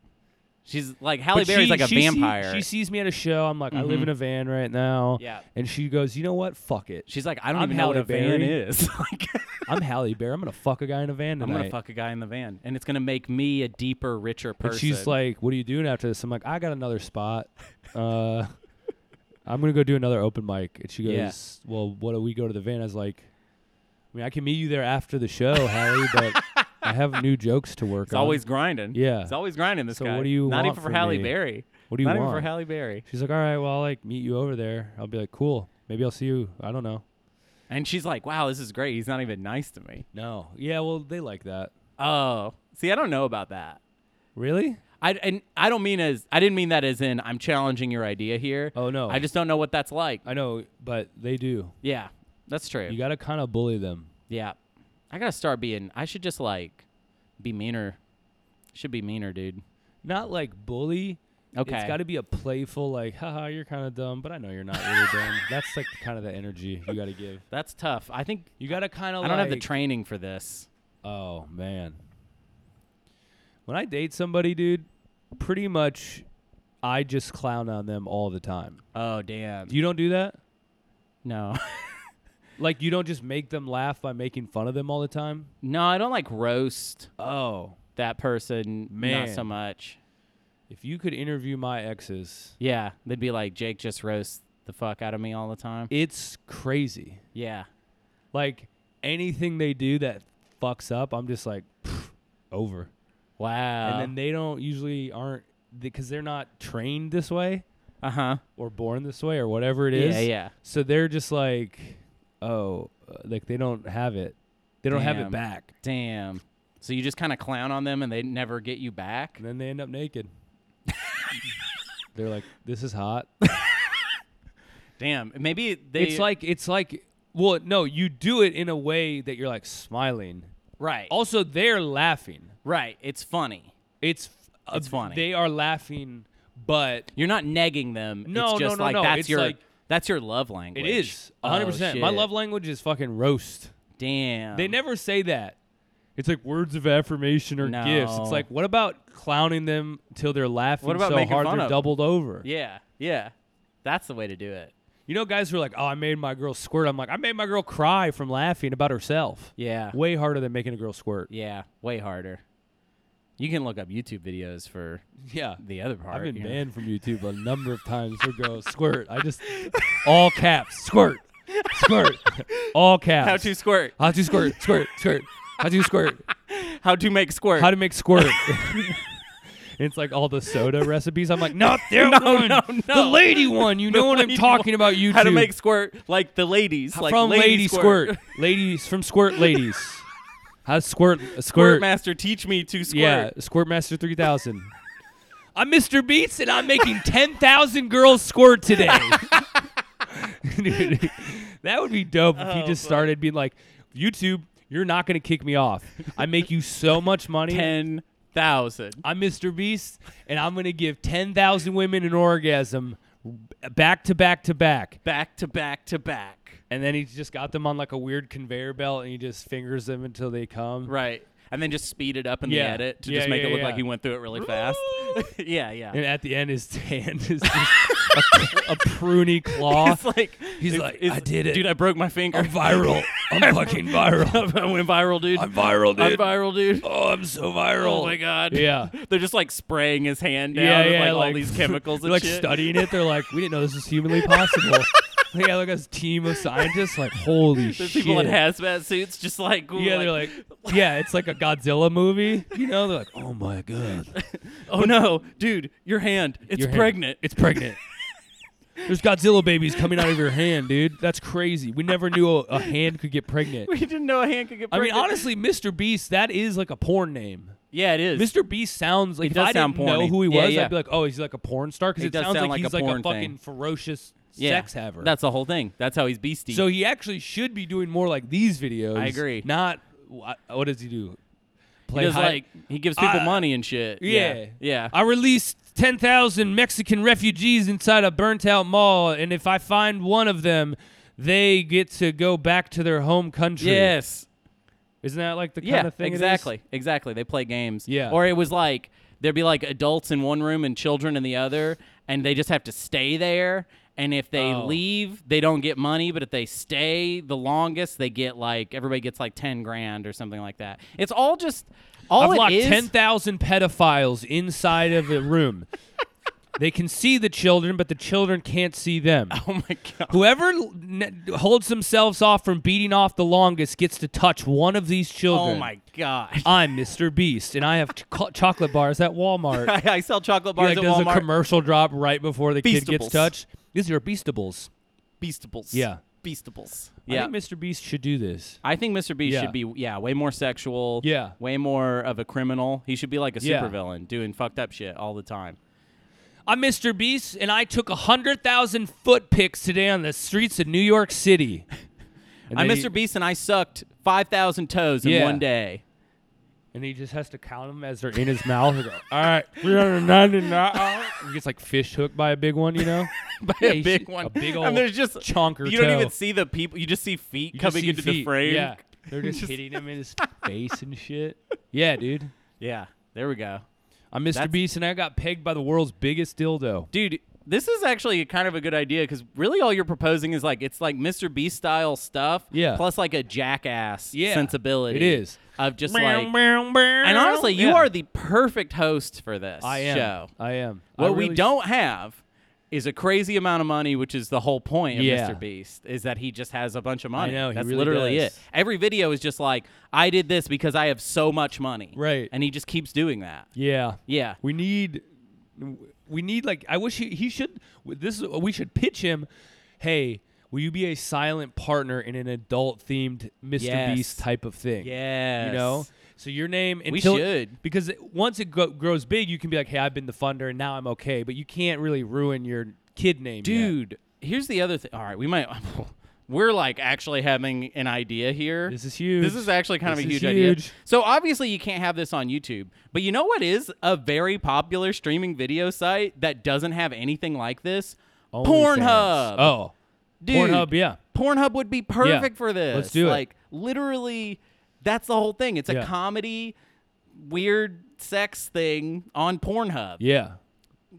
A: She's like Halle
B: But
A: Berry's
B: she-
A: like a
B: she see-
A: vampire. Mm-hmm.
B: she sees me at a show. I'm like, I live in a van right now.
A: Yeah.
B: And she goes, you know what? Fuck it.
A: She's like, I don't
B: I'm
A: even know what
B: Halle
A: a van
B: Berry.
A: is. *laughs* like,
B: I'm Halle Berry. I'm gonna fuck a guy in a van
A: I'm
B: tonight.
A: gonna fuck a guy in the van, and it's gonna make me a deeper, richer person.
B: And she's like, "What are you doing after this?" I'm like, "I got another spot. Uh, I'm gonna go do another open mic." And she goes,
A: Yeah.
B: "Well, what do we go to the van?" I was like, I mean, I can meet you there after the show, Hallie, but
A: *laughs*
B: I have new jokes to work
A: It's
B: on.
A: always grinding.
B: Yeah.
A: It's always grinding, this
B: So
A: guy.
B: what do you
A: Not
B: want
A: even for
B: from
A: Halle
B: me?
A: Berry.
B: What do you
A: Not
B: want?
A: even for Halle Berry.
B: She's like, all right, well, I'll like meet you over there. I'll be like, cool. Maybe I'll see you. I don't know.
A: And she's like, wow, this is great. He's not even nice to me.
B: No. Yeah. Well, they like that.
A: Oh. See, I don't know about that.
B: Really?
A: I, and I don't mean as I didn't mean that as in I'm challenging your idea here.
B: Oh no.
A: I just don't know what that's like.
B: I know, but they do.
A: yeah, that's true.
B: You gotta kind of bully them.
A: yeah, I gotta start being. I should just like be meaner. Should be meaner, dude.
B: Not like bully.
A: Okay.
B: It's got to be a playful, like, haha, you're kind of dumb, but I know you're not really dumb. *laughs* That's like kind of the energy you got to give.
A: that's tough. I think
B: You got to kind of.
A: I don't have the training for this.
B: Oh man. When I date somebody, dude, pretty much, I just clown on them all the time.
A: Oh damn.
B: You don't do that.
A: no, *laughs*
B: Like, you don't just make them laugh by making fun of them all the time.
A: no, I don't like roast
B: Oh.
A: that person.
B: Man.
A: Not so much.
B: If you could interview my exes,
A: Yeah, they'd be like Jake just roasts the fuck out of me all the time.
B: it's crazy.
A: Yeah.
B: Like anything they do that fucks up, I'm just like "Pff, over.
A: Wow.
B: and then they don't usually aren't because they're not trained this way
A: uh huh.
B: or born this way or whatever it is.
A: Yeah, yeah.
B: So they're just like, oh, uh, like they don't have it. They don't have
A: Damn.
B: it back.
A: Damn. So you just kind of clown on them and they never get you back?
B: And then they end
A: *laughs*
B: up naked. they're like, this is hot.
A: Damn. Maybe they.
B: it's like it's like well, no, you do it in a way that you're like smiling.
A: Right.
B: Also, they're laughing.
A: Right. It's funny.
B: It's f-
A: It's funny.
B: They are laughing, but
A: You're not negging them. it's
B: No, no,
A: just
B: no,
A: like
B: no.
A: that's
B: It's
A: your
B: like-
A: that's your love language.
B: it is 100%. My
A: Oh, shit.
B: love language is fucking roast.
A: Damn.
B: They never say that. It's like words of affirmation or gifts.
A: No.
B: It's like what about clowning them till they're laughing
A: What about
B: so
A: making
B: hard
A: fun
B: they're
A: of them?
B: doubled over?
A: Yeah. Yeah. That's the way to do it.
B: You know, guys who are like, "Oh, I made my girl squirt." I'm like, "I made my girl cry from laughing about herself."
A: Yeah.
B: Way harder than making a girl squirt.
A: Yeah. Way harder. You can look up YouTube videos for
B: Yeah,
A: the other part.
B: I've
A: you
B: been
A: know?
B: banned from YouTube a number of times for girls squirt. I just all caps squirt, squirt, all caps.
A: How to squirt.
B: how to squirt squirt squirt how to squirt
A: How to make squirt.
B: how to make squirt. *laughs* it's like all the soda recipes. I'm
A: *laughs*
B: like, not that one.
A: no,
B: The
A: no.
B: lady one.
A: *laughs*
B: You know what I'm
A: lady
B: talking about. YouTube.
A: How to make squirt like the ladies. Like
B: from
A: lady,
B: squirt. ladies from squirt ladies.
A: *laughs*
B: How to squirt uh, squirt.
A: Squirtmaster, teach me to squirt.
B: yeah, squirt master
A: *laughs*
B: three thousand. I'm Mr. Beats, and I'm making ten thousand girls
A: *laughs*
B: squirt today. *laughs* Dude, that would be dope if he
A: Oh,
B: just
A: fuck.
B: started being like, YouTube, you're not gonna kick me off. I make you so much
A: *laughs*
B: money.
A: Ten thousand.
B: I'm Mr. Beast, and I'm going to give 10,000 women an orgasm back to back to back.
A: back to back to back.
B: And then he's just got them on like a weird conveyor belt and he just fingers them until they come.
A: Right. And then just speed it up in
B: Yeah.
A: the edit to
B: Yeah,
A: just make
B: yeah,
A: it look
B: yeah.
A: like he went through it really fast. *laughs* yeah, yeah.
B: And at the end, his *laughs* hand is just a, a pruny claw.
A: It's like
B: He's
A: it's-
B: like,
A: it's-
B: "I did it.
A: dude. I broke my finger.
B: I'm viral. I'm fucking viral.
A: *laughs* I went viral, dude.
B: I'm viral, dude.
A: I'm viral, dude.
B: Oh, I'm so
A: *laughs* Oh
B: viral.
A: my god.
B: Yeah.
A: *laughs* They're just like spraying his hand down
B: yeah,
A: with
B: yeah,
A: like, all
B: *laughs*
A: these chemicals
B: they're,
A: and
B: like
A: shit.
B: studying it. They're like, we didn't know this was
A: *laughs*
B: humanly possible. They got like a team of scientists. Like, holy
A: There's
B: shit!
A: people in hazmat suits, just like
B: Yeah, they're like, yeah, it's like a Godzilla movie. You know, they're like, oh
A: *laughs*
B: my god,
A: oh no, dude, your hand, it's
B: Your hand-
A: pregnant.
B: it's pregnant. There's Godzilla babies coming out of your hand, dude. That's crazy. We never knew a, a hand could get
A: *laughs*
B: pregnant.
A: we didn't know a hand could get
B: I mean,
A: pregnant.
B: honestly, Mr. Beast, that is like a porn name.
A: yeah, it is.
B: Mr. Beast sounds like
A: He
B: if
A: does
B: I
A: sound
B: didn't know
A: porny.
B: who he
A: Yeah,
B: was,
A: yeah.
B: I'd be like, oh, he's like a porn star because
A: He
B: it
A: does
B: sounds
A: sound
B: like
A: like a
B: he's like
A: porn thing.
B: a fucking ferocious
A: yeah.
B: sex haver.
A: That's the whole thing. That's how he's beastie.
B: so he actually should be doing more like these videos.
A: I agree.
B: Not wha- what does he do?
A: he
B: Play
A: does
B: hide-
A: like he gives people
B: I-
A: money and shit.
B: Yeah.
A: yeah.
B: I released 10,000 Mexican refugees inside a burnt out mall, and if I find one of them, they get to go back to their home country.
A: Yes.
B: Isn't that like the
A: Yeah.
B: kind of thing? it is?
A: exactly. Exactly. They play games.
B: Yeah.
A: Or it was like there'd be like adults in one room and children in the other, and they just have to stay there. And if they
B: Oh.
A: leave, they don't get money. But if they stay the longest, they get like everybody gets like ten grand or something like that. It's all just all
B: I've
A: it *laughs*
B: locked
A: is- *laughs*
B: 10,000 pedophiles inside of a room. They can see the children, but the children can't see them.
A: Oh my god.
B: Whoever l- ne- holds themselves off from beating off the longest gets to touch one of these children.
A: Oh my god.
B: I'm Mr. Beast, and I have ch- co- chocolate bars at Walmart.
A: *laughs* I, I sell chocolate
B: He,
A: bars
B: like,
A: at
B: does
A: Walmart.
B: a commercial drop right before the kid gets
A: Beastables.
B: touched. These are Beastables.
A: Beastables.
B: Yeah.
A: Beastables.
B: I
A: Yeah.
B: think Mr. Beast should do this.
A: I think Mr. Beast
B: Yeah.
A: should be yeah, way more sexual.
B: Yeah.
A: Way more of a criminal. He should be like a
B: Yeah.
A: supervillain doing fucked up shit all the time.
B: I'm Mr. Uh, Beast, and I took 100,000 foot pics today on the streets of New York *laughs* City. And
A: I'm
B: then
A: Mr.
B: He,
A: Beast and I sucked 5,000 toes in
B: Yeah.
A: one day.
B: and he just has to count them as they're in his mouth. He goes, *laughs* All right, 399. he gets like fish hooked by a big one, you *laughs* know?
A: By
B: Yeah,
A: *laughs* a
B: you
A: big
B: should-
A: one.
B: a
A: and
B: big ol'
A: there's just
B: chonker
A: You don't
B: toe.
A: even see the people. You just see feet
B: You just
A: coming
B: see
A: into the
B: feet.
A: frame.
B: Yeah. They're *laughs* just, hitting him in his face and shit. Yeah, dude.
A: Yeah. There we go.
B: I'm Mr.
A: That's-
B: Uh, Beast, and I got pegged by the world's biggest dildo.
A: Dude, this is actually kind of a good idea because really all you're proposing is like it's like Mr. Beast style stuff,
B: Yeah.
A: plus like a jackass
B: Yeah,
A: sensibility.
B: it is.
A: of just like, and
B: and
A: honestly, you are the perfect host for this
B: I am.
A: show.
B: I am. I
A: What
B: really
A: we
B: s-
A: don't have is a crazy amount of money, which is the whole point of
B: Yeah.
A: Mr. Beast, is that he just has a bunch of money.
B: know, he
A: That's
B: really
A: literally
B: does.
A: it. Every video is just like, I did this because I have so much money.
B: Right.
A: And he just keeps doing that.
B: Yeah.
A: Yeah.
B: We need. We need like. I wish he, he should. This is. We should pitch him. Hey, will you be a silent partner in an adult themed Mr.
A: Yes.
B: Beast type of thing?
A: Yes.
B: You know. So your name
A: We
B: until
A: should.
B: because it- once it go, grows big, you can be like, hey, I've been the funder and now I'm okay. But you can't really ruin your kid name, yet.
A: Dude, here's the other thing. All right, we might. *laughs* We're like actually having an idea here.
B: This is huge.
A: This is actually kind
B: This
A: of a
B: is
A: huge, idea.
B: huge.
A: So obviously you can't have this on YouTube. But you know what is a very popular streaming video site that doesn't have anything like this?
B: OnlyFans.
A: Pornhub.
B: Oh,
A: Dude,
B: Pornhub. Yeah.
A: Pornhub would be perfect for this.
B: Let's do it.
A: Like literally, that's the whole thing. It's a
B: Yeah.
A: comedy, weird sex thing on Pornhub
B: Yeah.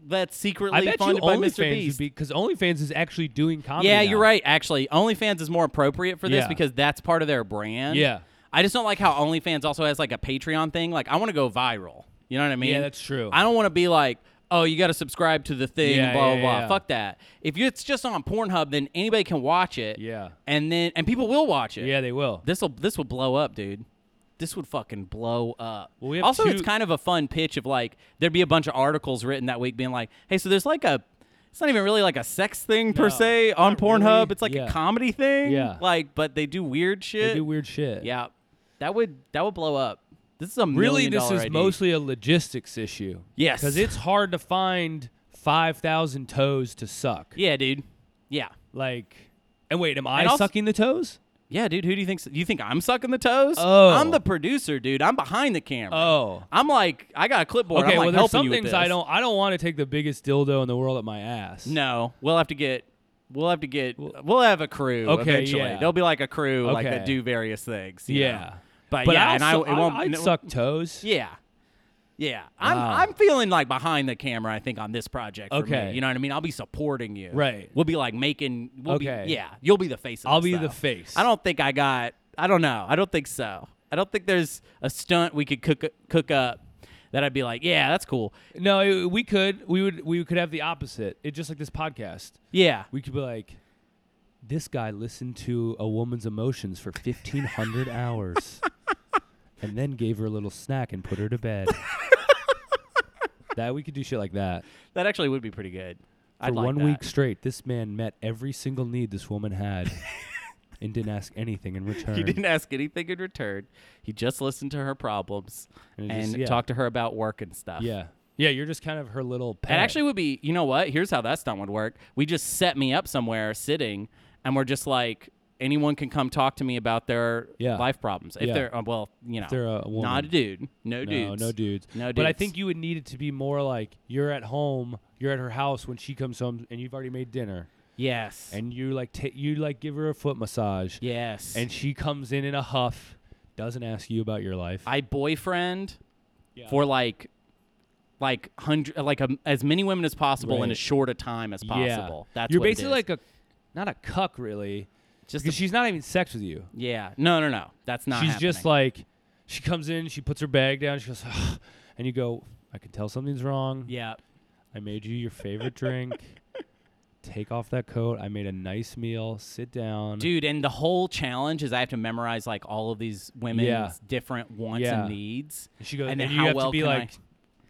A: that's secretly
B: I bet you
A: funded by
B: OnlyFans
A: Mr. Beast.
B: because OnlyFans is actually doing comedy.
A: yeah,
B: now.
A: you're right. Actually, OnlyFans is more appropriate for this
B: Yeah.
A: because that's part of their brand.
B: Yeah.
A: I just don't like how OnlyFans also has like a Patreon thing. Like, I want to go viral. You know what I mean?
B: Yeah, that's true.
A: I don't want to be like, oh, you got to subscribe to the thing,
B: Yeah,
A: blah,
B: yeah,
A: blah,
B: yeah.
A: blah. Fuck that. If you, it's just on Pornhub, then anybody can watch it.
B: Yeah.
A: And then, and people will watch it.
B: Yeah, they will.
A: This'll, this will blow up, dude. This would fucking blow up.
B: Well, we have
A: also,
B: two-
A: it's kind of a fun pitch of like, there'd be a bunch of articles written that week being like, hey, so there's like a, it's not even really like a sex thing per
B: No,
A: se on
B: not
A: Pornhub.
B: really.
A: It's like
B: Yeah.
A: a comedy thing.
B: Yeah.
A: Like, but they do weird shit.
B: They do weird shit.
A: Yeah, that would that would blow up. This is a
B: Really,
A: million
B: this
A: dollar
B: is
A: idea.
B: mostly a logistics issue.
A: Yes.
B: Because it's hard to find 5,000 toes to suck.
A: yeah, dude. Yeah,
B: Like, and wait, am I
A: And also-
B: sucking the toes?
A: yeah, dude. Who do you think you think I'm sucking the toes?
B: Oh.
A: I'm the producer, dude. I'm behind the camera.
B: Oh.
A: I'm like I got a clipboard.
B: Okay,
A: I'm like
B: well, there's
A: helping
B: some
A: you with
B: things
A: this.
B: I don't. I don't want to take the biggest dildo in the world at my ass.
A: No, we'll have to get. We'll have to get. We'll have a crew.
B: Okay,
A: eventually.
B: yeah.
A: There'll be like a crew like
B: Okay.
A: that do various things. you
B: Yeah.
A: know. But,
B: But
A: yeah,
B: I'll
A: and I
B: su-
A: it won't.
B: I'd
A: no-
B: suck toes.
A: Yeah. Yeah, I'm
B: Wow.
A: I'm feeling like behind the camera. I think on this project. for me.
B: Okay.
A: you know what I mean. I'll be supporting you.
B: Right.
A: We'll be like making. We'll
B: Okay.
A: Be, yeah, you'll be the face. Of
B: I'll
A: this,
B: be the
A: though.
B: face.
A: I don't think I got. I don't know. I don't think so. I don't think there's a stunt we could cook cook up that I'd be like, yeah, that's cool.
B: No, it- we could. We would. We could have the opposite. It just like this podcast.
A: Yeah.
B: We could be like, this guy listened to a woman's emotions
A: *laughs*
B: for 1,500 hours and then gave her a little snack and put her
A: *laughs*
B: to bed. that we could do shit like that.
A: That actually would be pretty good.
B: For
A: I'd like
B: one
A: that.
B: week straight, this man met every single need this
A: *laughs*
B: woman had and didn't ask anything in return.
A: He didn't ask anything in return. He just listened to her problems
B: And
A: and,
B: it just- yeah.
A: talked to her about work and stuff. *laughs*
B: Yeah. Yeah, you're just kind of her little pet.
A: That actually would be, you know what? Here's how that stunt would work. We just set me up somewhere sitting, and we're just like, anyone can come talk to me about their
B: Yeah.
A: life problems. If
B: Yeah.
A: they're, uh, well, you know,
B: they're a woman.
A: not a dude. No,
B: no,
A: dudes.
B: no dudes.
A: No
B: But I
A: dudes.
B: think you would need it to be more like you're at home, you're at her house when she comes home, and you've already made dinner.
A: Yes.
B: and you like ta you like give her a foot massage
A: yes.
B: and she comes in in a huff doesn't ask you about your life
A: I boyfriend
B: Yeah.
A: for like, like hundred, like um as many women as possible in
B: Right.
A: as short a time as possible. That's
B: you're
A: what it
B: basically
A: is.
B: like a not a cuck really
A: just a-
B: because she's not even sex with you
A: yeah. No, no, no. That's not.
B: she's just
A: happening.
B: like she *sighs* comes in she puts her bag down she goes "Ugh," and you go I can tell something's wrong
A: Yeah.
B: I made you your
A: *laughs*
B: favorite drink. Take off that coat. I made a nice meal. Sit down.
A: Dude, and the whole challenge is I have to memorize like all of these women's
B: Yeah.
A: different wants
B: Yeah.
A: and needs.
B: And she goes,
A: and
B: and,
A: then
B: you
A: how
B: have
A: well
B: to be
A: can I-
B: like,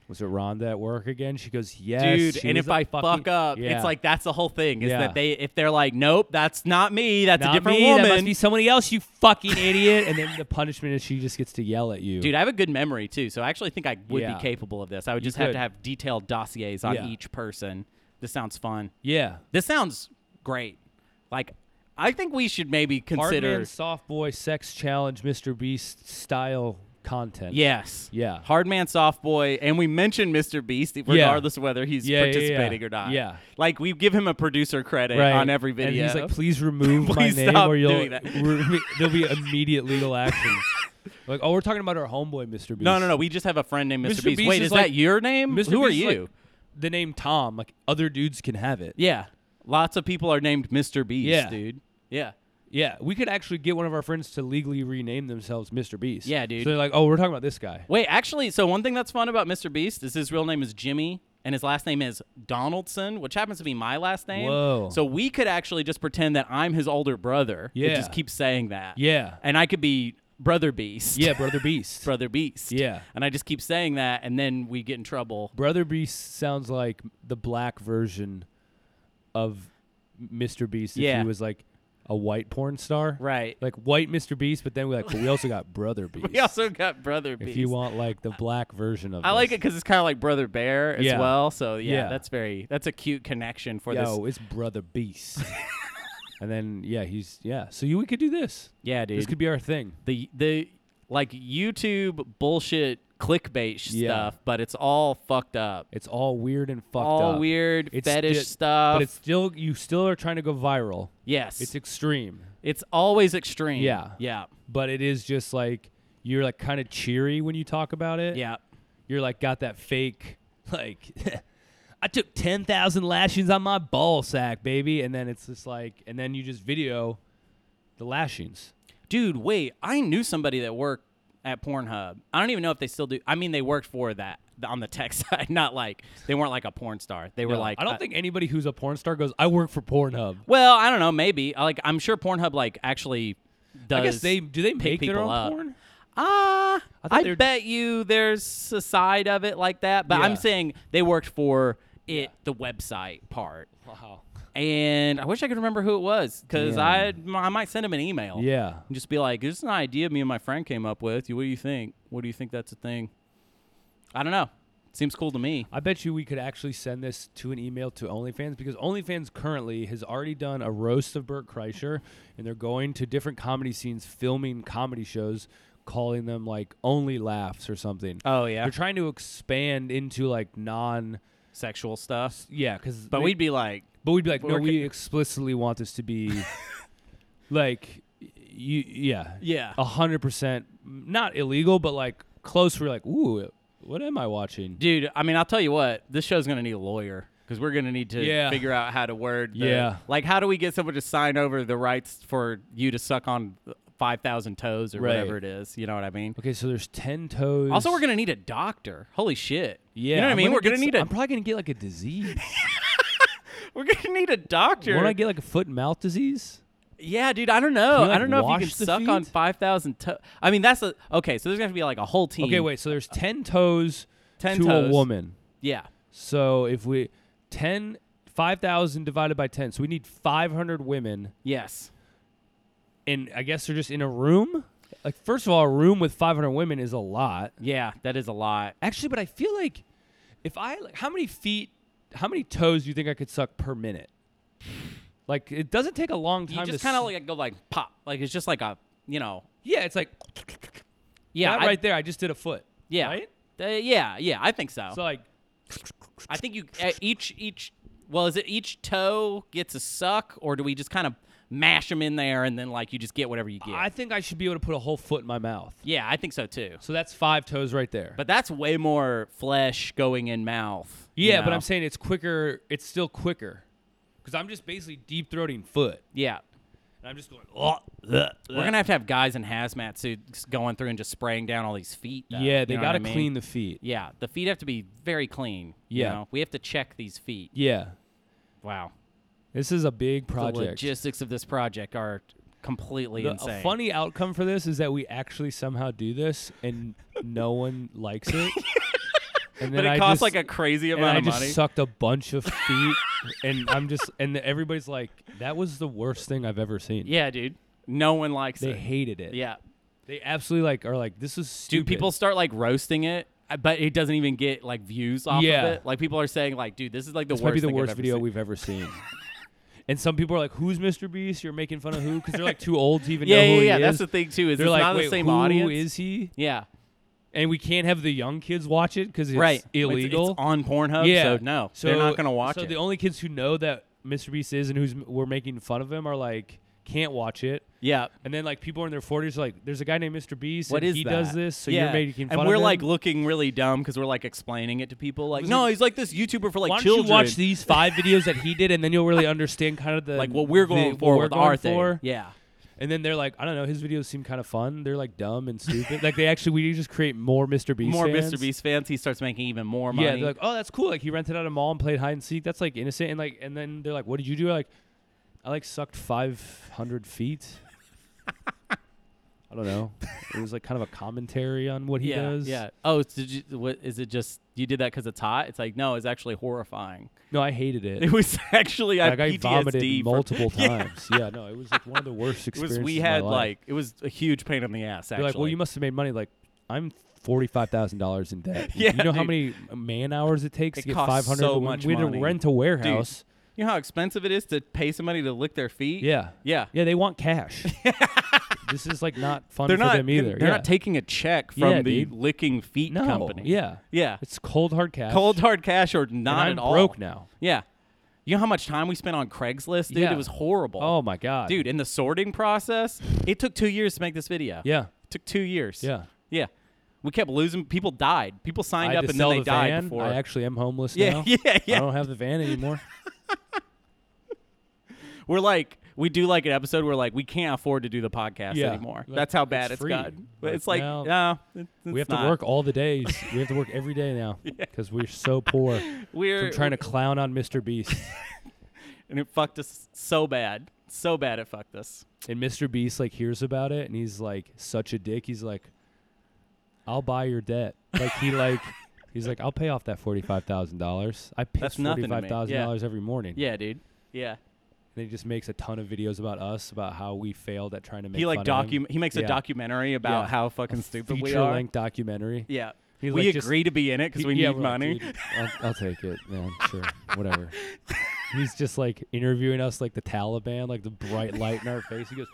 B: was it Rhonda at work again? She goes, yes.
A: Dude,
B: she
A: and
B: was
A: if
B: a
A: I
B: fucking-"
A: fuck up,
B: Yeah.
A: it's like that's the whole thing is
B: Yeah.
A: that they if they're like, nope, that's not me, that's
B: Not
A: a different
B: me,
A: woman.
B: That must be somebody else,
A: *laughs*
B: you fucking idiot. And then the punishment is she just gets to yell at you.
A: Dude, I have a good memory too, so I actually think I would
B: Yeah.
A: be capable of this. I would
B: You
A: just have
B: could.
A: to have detailed dossiers on
B: Yeah.
A: each person. This sounds fun.
B: yeah.
A: This sounds great. Like, I think we should maybe
B: Hard
A: consider.
B: man, soft boy, sex challenge, Mr. Beast style content.
A: Yes.
B: Yeah.
A: Hard man, soft boy, and we mentioned Mr. Beast, regardless of whether he's
B: Yeah, yeah, yeah.
A: participating or not.
B: Yeah.
A: Like we give him a producer credit
B: Right.
A: on every video. *laughs*
B: And he's like, please remove
A: Please
B: my name
A: stop
B: or you'll
A: doing that."
B: re- there'll be immediate legal action.
A: *laughs*
B: like, oh, we're talking about our homeboy, Mr. Beast.
A: no, no, no. We just have a friend named Mr.
B: Mr.
A: Beast.
B: Beast
A: Wait,
B: is
A: is
B: like-
A: that your name?
B: Mr.
A: Who are
B: Beast is like
A: you?
B: the name Tom, like other dudes can have it.
A: yeah. Lots of people are named Mr. Beast,
B: Yeah.
A: dude. Yeah.
B: Yeah, we could actually get one of our friends to legally rename themselves Mr. Beast.
A: Yeah, dude.
B: So they're like, oh, we're talking about this guy.
A: Wait, actually, so one thing that's fun about Mr. Beast is his real name is Jimmy and his last name is Donaldson, which happens to be my last name.
B: Whoa.
A: So we could actually just pretend that I'm his older brother.
B: Yeah.
A: It just keeps saying that. *laughs*
B: Yeah.
A: And I could be Brother Beast.
B: Yeah, Brother Beast.
A: Brother Beast.
B: Yeah.
A: And I just keep saying that and then we get in trouble.
B: Brother Beast sounds like the black version of Mr. Beast if
A: Yeah.
B: he was like a white porn star.
A: Right.
B: Like white Mr. Beast, but then we like but we also got Brother Beast.
A: *laughs* We also got Brother Beast.
B: if you want like the black version of
A: I like
B: this.
A: it because it's kind of like Brother Bear as
B: Yeah.
A: well. So yeah,
B: Yeah.
A: that's very that's a cute connection for this.
B: Yo, it's
A: *laughs*
B: Brother Beast. and then yeah, he's yeah. So you, we could do this.
A: Yeah, dude.
B: This could be our thing.
A: the the like YouTube bullshit clickbait sh-
B: Yeah.
A: stuff, but it's all fucked up.
B: It's all weird and fucked
A: all
B: up.
A: weird
B: It's
A: fetish
B: sti-
A: stuff.
B: But it's still you still are trying to go viral.
A: yes,
B: It's
A: it's,
B: extreme.
A: always extreme.
B: Yeah.
A: yeah,
B: But it is just like you're like kind of cheery when you talk about it.
A: yeah.
B: You're like got that fake *laughs* like I took 10,000 lashings on my ball sack, baby, and then it's just like and then you just video the lashings.
A: Dude, wait, I knew somebody that worked at Pornhub. I don't even know if they still do. I mean, they worked for that th- on the tech *laughs* side, not like they weren't like a porn star. They were
B: No,
A: like
B: I don't
A: uh,
B: think anybody who's a porn star goes, "I work for Pornhub."
A: Well, I don't know. Maybe I- like I'm sure Pornhub like actually does.
B: I guess they do they
A: pick
B: make their
A: people
B: own
A: up.
B: porn?
A: Ah,
B: I thought
A: I,
B: they were-
A: bet you there's a side of it like that, but
B: Yeah.
A: I'm saying they worked for it, the website part.
B: Wow.
A: And I wish I could remember who it was because
B: Yeah.
A: I I might send him an email.
B: Yeah.
A: And just be like, this is an idea me and my friend came up with. What do you think? What do you think that's a thing? I don't know. Seems cool to me.
B: I bet you we could actually send this to an email to OnlyFans because OnlyFans currently has already done a roast of Burt Kreischer, and they're going to different comedy scenes, filming comedy shows, calling them like Only Laughs or something.
A: Oh, yeah.
B: they're trying to expand into like non,
A: Sexual stuff.
B: yeah, because
A: But we'd be like,
B: but we'd be like,
A: but
B: no,
A: we're ca-
B: we explicitly want this
A: *laughs*
B: to be like, you, yeah,
A: yeah.
B: a hundred percent not illegal, but like close. We're like, ooh, what am I watching?
A: Dude, I mean, I'll tell you what, this show's going to need a lawyer because we're going to need to
B: Yeah.
A: figure out how to word. The,
B: Yeah.
A: Like, how do we get someone to sign over the rights for you to suck on 5,000 toes or
B: Right.
A: whatever it is? You know what I mean?
B: Okay, so there's ten toes.
A: Also, we're going to need a doctor. Holy shit. You
B: Yeah,
A: know what I
B: I'm
A: mean? We're
B: get
A: going to need
B: s-
A: a
B: I'm probably gonna get like
A: *laughs*
B: a disease.
A: we're going to need a doctor.
B: Won't I get like a foot and mouth disease?
A: yeah, dude, I don't know.
B: Can you, like,
A: I don't know if you
B: wash
A: can
B: the
A: suck on
B: feet?
A: 5,000 toes. I mean, that's a Okay, so there's going to be like a whole team.
B: Okay, wait. So there's ten toes
A: 10
B: to a
A: toes.
B: woman.
A: Yeah.
B: So if we 10, 5,000 divided by ten, so we need five hundred women,
A: Yes.
B: and I guess they're just in a room. Like first of all, a room with five hundred women is a lot.
A: Yeah, that is a lot.
B: Actually, but I feel like if I like, how many feet, how many toes do you think I could suck per minute? Like it doesn't take a long time.
A: You just
B: to
A: kind of
B: s-
A: like go like pop. Like it's just like a, you know.
B: yeah, it's like
A: Yeah,
B: that
A: I-
B: right there. I just did a foot.
A: Yeah.
B: right.
A: Uh, yeah, yeah, I think so.
B: So like
A: I think you uh, each each well, is it each toe gets a suck or do we just kind of mash them in there and then like you just get whatever you get?
B: I think I should be able to put a whole foot in my mouth.
A: yeah, I think so too.
B: So that's five toes right there.
A: But that's way more flesh going in mouth. you
B: yeah, but
A: know?
B: I'm saying it's quicker. It's still quicker because I'm just basically deep throating foot,
A: yeah.
B: And I'm just going, oh,
A: We're gonna have to have guys in hazmat suits going through and just spraying down all these feet. though.
B: yeah,
A: You
B: they
A: know what
B: got to
A: I mean?
B: clean the feet.
A: Yeah, the feet have to be very clean. you
B: Yeah.
A: know? we have to check these feet.
B: Yeah.
A: Wow,
B: This is a big
A: the
B: project.
A: logistics of this project are completely
B: The-
A: insane.
B: a funny outcome for this is that we actually somehow do this and no one likes it.
A: *laughs*
B: And
A: but
B: then
A: it
B: I
A: costs
B: just-
A: like a crazy
B: and I
A: amount of
B: just
A: money.
B: sucked a
A: *laughs*
B: bunch of feet, and I'm just and everybody's like, "That was the worst thing I've ever seen."
A: yeah, dude, no one likes
B: they
A: it.
B: hated it.
A: yeah,
B: they absolutely like are like, "This is
A: dude,
B: stupid."
A: people start like roasting it, uh, but it doesn't even get like views off
B: Yeah.
A: of it. Like people are saying, like, dude, this is like the
B: This
A: worst.
B: might be the
A: thing I've
B: worst
A: ever
B: video
A: seen. *laughs*
B: we've ever seen. and some people are like, "Who's Mr. Beast? You're making fun of who?" Because they're like too old to even
A: Yeah,
B: know who
A: yeah,
B: he
A: yeah.
B: is.
A: That's the thing too. Is
B: they're
A: it's
B: like,
A: not
B: Wait,
A: the same
B: who
A: audience.
B: is he?
A: yeah,
B: And we can't have the young kids watch it because it's
A: right. It's-
B: illegal.
A: It's, on Pornhub.
B: yeah.
A: so no,
B: So
A: they're not gonna watch
B: so
A: it.
B: the only kids who know that Mr. Beast is and who's we're making fun of him are like can't watch it.
A: yeah.
B: And then like people in their forties, like there's a guy named Mr. Beast.
A: What
B: and
A: is
B: he
A: that?
B: does this? So
A: yeah.
B: you're making fun
A: and
B: of
A: we're
B: him?
A: like looking really dumb because we're like explaining it to people. Like,
B: was
A: no,
B: like-
A: he's like this YouTuber for like
B: why don't
A: children.
B: you watch these five videos that he did, and then you'll really understand kind of the
A: like what we're
B: the-
A: going
B: what
A: for
B: we're
A: with
B: going
A: our
B: for.
A: thing. Yeah,
B: And then they're like, I don't know, his videos seem kind of fun. They're like dumb and stupid. like they actually we just create more Mr. Beast.
A: more
B: fans.
A: Mr. Beast fans. He starts making even more money.
B: Yeah, they're like, oh, that's cool. Like he rented out a mall and played hide and seek. That's like innocent. And like, and then they're like, what did you do? like, I like sucked five hundred feet. I don't know. It was like kind of a commentary on what he
A: yeah,
B: does.
A: yeah. Oh, it's- did you? What is it? Just you did that because it's hot? It's like no, it's actually horrifying. *laughs*
B: No, I hated it.
A: It was actually I
B: like
A: had
B: I
A: PTSD *laughs*
B: vomited
A: from-
B: multiple times. yeah. no, it was like one of the
A: *laughs*
B: worst
A: It was
B: experiences.
A: we
B: of my
A: had
B: life.
A: like it was a huge pain in the ass.
B: They're
A: Actually,
B: like, well, you must have made money. Like, I'm forty five thousand dollars in debt.
A: *laughs* Yeah,
B: you know how
A: dude.
B: many man hours it takes
A: It
B: to get
A: costs
B: five hundred.
A: so much
B: we had
A: money.
B: to rent a warehouse.
A: You know how expensive it is to pay somebody to lick their feet?
B: Yeah,
A: Yeah.
B: yeah, they
A: *laughs*
B: want cash. this is like not fun
A: They're
B: for
A: not
B: them either.
A: They're
B: yeah.
A: not taking a check from
B: Yeah,
A: the
B: dude.
A: licking feet
B: no.
A: company.
B: Yeah,
A: Yeah.
B: it's cold hard cash.
A: Cold hard cash or
B: And
A: not
B: I'm
A: at all.
B: broke now.
A: Yeah. You know how much time we spent on Craigslist, dude?
B: Yeah.
A: It was horrible.
B: Oh my god,
A: Dude, in the sorting process, it took two years to make this video.
B: Yeah,
A: It took two years.
B: yeah.
A: Yeah. We kept losing people died. People
B: I
A: signed
B: had
A: up
B: to
A: and
B: sell
A: then they
B: the
A: died
B: van.
A: before.
B: I actually Oh. am
A: *laughs*
B: homeless
A: yeah,
B: now.
A: yeah, yeah.
B: I don't have the van anymore.
A: We're like we do like an episode where like we can't afford to do the podcast
B: Yeah.
A: anymore.
B: Like,
A: That's how
B: it's
A: bad it's
B: free.
A: gotten. But
B: Like,
A: it's like
B: now-
A: no, it- *laughs* it's
B: we have
A: not.
B: to work all the days. we have to work every day
A: *laughs*
B: now because we're so poor.
A: We're
B: from trying to clown on Mr. Beast.
A: and it fucked us so bad, so bad it fucked us.
B: and Mr. Beast like hears about it and he's like such a dick. He's like, I'll buy your debt. Like
A: *laughs*
B: he like he's like, I'll pay off that forty five thousand dollars. I piss
A: That's
B: forty
A: nothing to me.
B: five thousand dollars every morning.
A: Yeah, dude. Yeah,
B: And he just makes a ton of videos about us, about how we failed at trying to make
A: he like docu. He makes a
B: Yeah.
A: documentary about
B: Yeah.
A: how fucking stupid we
B: feature
A: are.
B: length documentary.
A: Yeah,
B: He,
A: we
B: like, just-
A: agree to be in it because
B: He-
A: we
B: yeah,
A: need
B: we're like,
A: money. *laughs*
B: "Dude, I'll, I'll take it. Yeah, sure. Whatever. He's just like interviewing us like the Taliban, like the bright light in our face. He goes,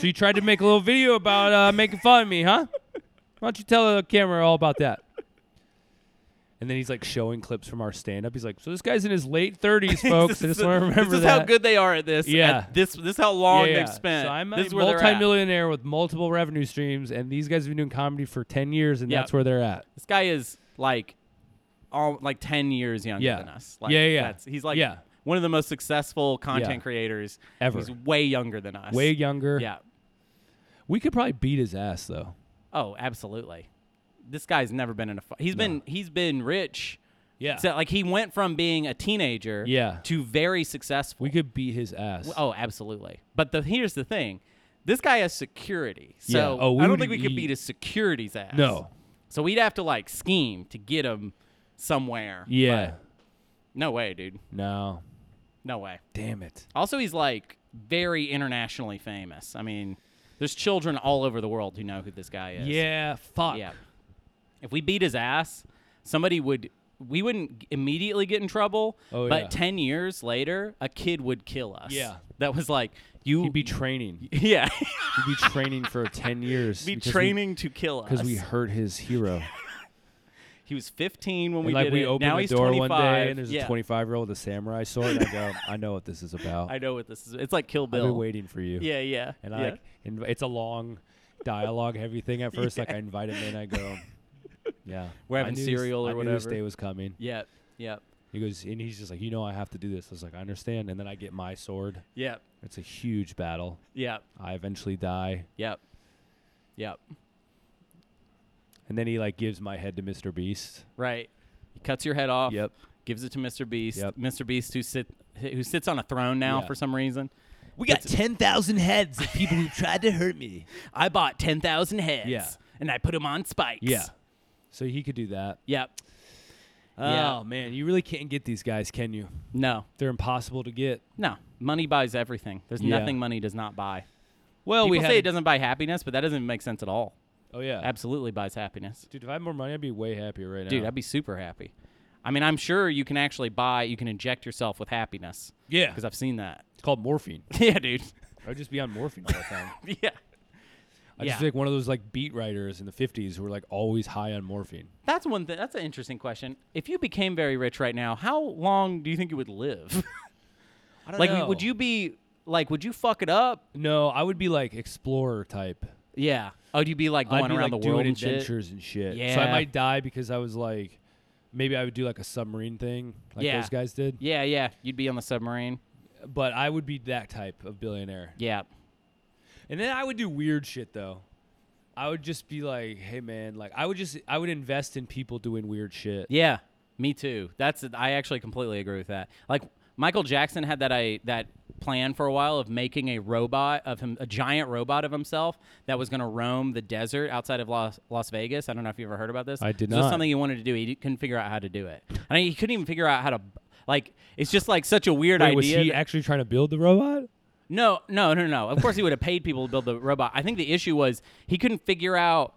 B: So you tried to make a little video about uh, making fun of me, huh? Why don't you tell the camera all about that? And then he's like showing clips from our stand up. He's like, So this guy's in his
A: *laughs*
B: late 30s, folks. I
A: This
B: just
A: is-
B: want to remember
A: this is
B: that.
A: how good they are at this.
B: Yeah.
A: at this this is how
B: Yeah,
A: long
B: yeah.
A: they've spent.
B: So I'm a
A: this is where they're at.
B: multimillionaire with multiple revenue streams, and these guys have been doing comedy for 10 years, and
A: Yeah.
B: that's where they're at.
A: This guy is like, all like ten years younger
B: Yeah.
A: than us. Like,
B: Yeah, yeah, yeah.
A: That's, he's like
B: Yeah.
A: one of the most successful content creators
B: Ever.
A: He's way younger than us.
B: Way younger.
A: Yeah.
B: We could probably beat his ass, though.
A: Oh, absolutely. This guy's never been in a fight. He's been he's been rich.
B: Yeah.
A: So, like he went from being a teenager
B: Yeah.
A: to very successful.
B: We could beat his ass.
A: oh, absolutely. But the here's the thing. This guy has security. So
B: Yeah. Oh, we
A: I don't
B: would
A: think we could
B: eat-
A: beat his security's ass.
B: No.
A: So we'd have to like scheme to get him somewhere.
B: Yeah.
A: But No way, dude.
B: No.
A: No way.
B: Damn it.
A: Also, he's like very internationally famous. I mean, there's children all over the world who know who this guy is.
B: Yeah. Fuck.
A: Yeah. If we beat his ass, somebody would. We wouldn't g- immediately get in trouble,
B: Oh,
A: but
B: yeah.
A: 10 years later, a kid would kill us.
B: Yeah.
A: That was like, you.
B: He'd be training.
A: *laughs* yeah.
B: He'd be training
A: *laughs*
B: for ten years.
A: be training to kill us.
B: because we hurt his
A: *laughs*
B: hero.
A: he was 15 when
B: And
A: we
B: like
A: did
B: we
A: it.
B: open
A: now
B: the
A: he's
B: door
A: 25.
B: one day and there's
A: yeah.
B: a 25 year old with a samurai sword. and I go, I know what this is about.
A: I know what this is. It's like Kill
B: I've
A: Bill.
B: been waiting for you.
A: Yeah, yeah.
B: And
A: yeah.
B: I like, inv- it's a long dialogue heavy thing at first. Like I
A: *laughs*
B: invite him in. I go, yeah.
A: We're
B: I
A: having
B: knew this-
A: cereal or
B: I knew this
A: whatever.
B: day was coming.
A: Yep. Yep.
B: He goes, and he's just like, you know, I have to do this. I was like, I understand. And then I get my sword.
A: Yep.
B: It's a huge battle.
A: Yep.
B: I eventually die,
A: Yep. Yep.
B: and then he like gives my head to Mr. Beast.
A: Right. He cuts your head off.
B: Yep.
A: Gives it to Mr. Beast.
B: Yep.
A: Mr. Beast who sit who sits on a throne now
B: Yeah.
A: for some reason.
B: We got ten thousand heads of people who tried to hurt me.
A: I bought 10,000 heads
B: Yeah.
A: and I put them on spikes.
B: *laughs* Yeah. So he could do that.
A: Yep. Yeah.
B: Oh man, you really can't get these guys, can you?
A: No.
B: They're impossible to get.
A: No. Money buys everything. There's
B: Yeah.
A: nothing money does not buy.
B: Well,
A: People
B: we
A: say it doesn't buy happiness, but that doesn't make sense at all.
B: Oh yeah,
A: Absolutely buys happiness.
B: dude. If I had more money, I'd be way happier right
A: Dude,
B: now.
A: I'd be super happy. I mean, I'm sure you can actually buy, you can inject yourself with happiness
B: yeah,
A: because I've seen
B: *laughs*
A: that.
B: it's called morphine.
A: yeah, dude.
B: I'd just be on morphine all the time.
A: *laughs* yeah.
B: *laughs* I just
A: Yeah.
B: feel like one of those like beat writers in the '50s who were like always high on morphine.
A: That's one thing. That's an interesting question. If you became very rich right now, how long do you think you would live?
B: *laughs* I don't
A: like, would you be like, would you fuck it up?
B: No, I would be like explorer type.
A: Yeah. Oh, would you be like going
B: I'd be
A: around
B: like
A: the world
B: doing
A: and shit?
B: adventures and shit. So I
A: Yeah.
B: might die because I was like, maybe I would do like a submarine thing, like
A: Yeah.
B: those guys did.
A: Yeah, yeah. You'd be on the submarine.
B: But I would be that type of billionaire.
A: Yeah.
B: And then I would do weird shit though. I would just be like, hey man, like I would just I would invest in people doing weird shit.
A: Yeah. Me too. That's I actually completely agree with that. Like Michael Jackson had that I that plan for a while of making a robot of him a giant robot of himself that was going to roam the desert outside of Las, Las Vegas. I don't know if you ever heard about this.
B: I did
A: This was
B: not.
A: something he wanted to do. He d- couldn't figure out how to do it. I mean, he couldn't even figure out how to like it's just like such a weird
B: Wait,
A: idea.
B: was he
A: that-
B: actually trying to build the robot?
A: No, no, no, no. Of course, he would have paid people to build the robot. I think the issue was he couldn't figure out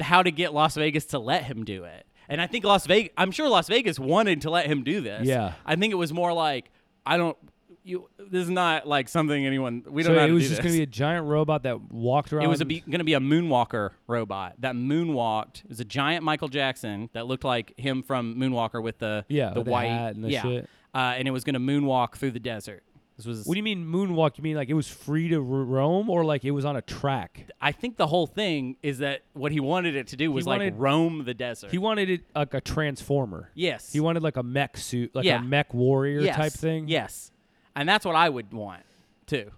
A: how to get Las Vegas to let him do it. And I think Las Vegas, I'm sure Las Vegas wanted to let him do this.
B: Yeah.
A: I think it was more like, I don't, you, this is not like something anyone, we don't
B: So
A: know how
B: it
A: to
B: was
A: do
B: just
A: this.
B: gonna be a giant robot that walked around.
A: it was going to be a moonwalker robot that moonwalked. It was a giant Michael Jackson that looked like him from Moonwalker with the
B: Yeah,
A: the
B: with the
A: white
B: hat and the
A: yeah,
B: shit.
A: Uh, and it was going to moonwalk through the desert. This was
B: What do you mean moonwalk? You mean like it was free to r- roam, or like it was on a track?
A: I think the whole thing is that what he wanted it to do was like
B: wanted-
A: roam the desert.
B: He wanted it like a transformer.
A: yes.
B: He wanted like a mech suit, like
A: Yeah.
B: a mech warrior
A: yes.
B: type thing.
A: Yes. And that's what I would want too.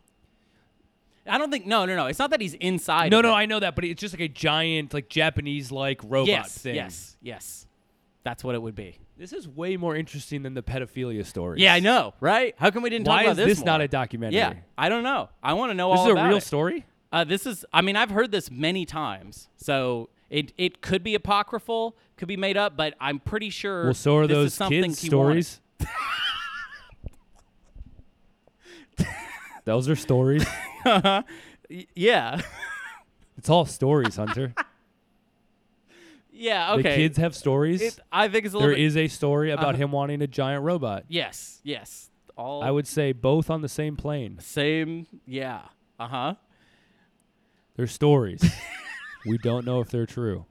A: I don't think no, no, no. It's not that he's inside.
B: No,
A: of
B: no,
A: it.
B: I know that, but it's just like a giant, like Japanese, like robot
A: yes,
B: thing.
A: yes, yes. That's what it would be.
B: This is way more interesting than the pedophilia stories.
A: Yeah, I know, right? How come we didn't
B: Why
A: talk about
B: is this,
A: more?
B: not a documentary?
A: Yeah, I don't know. I want to know
B: This
A: all
B: is a
A: about
B: real
A: it.
B: story.
A: Uh, this is, I mean, I've heard this many times, so it it could be apocryphal, could be made up, but I'm pretty sure.
B: Well, so are
A: this is
B: those
A: something
B: kids'
A: he wanted.
B: stories. those are stories.
A: Y- Yeah, *laughs*
B: It's all stories, Hunter.
A: yeah.
B: The
A: Okay.
B: kids have stories.
A: It- I think it's a little.
B: there
A: bit, Uh-huh.
B: is a story about him wanting a giant robot.
A: Yes. Yes. All
B: I would say both on the same plane.
A: same. Yeah. Uh huh. *laughs*
B: They're stories. we don't know if they're true.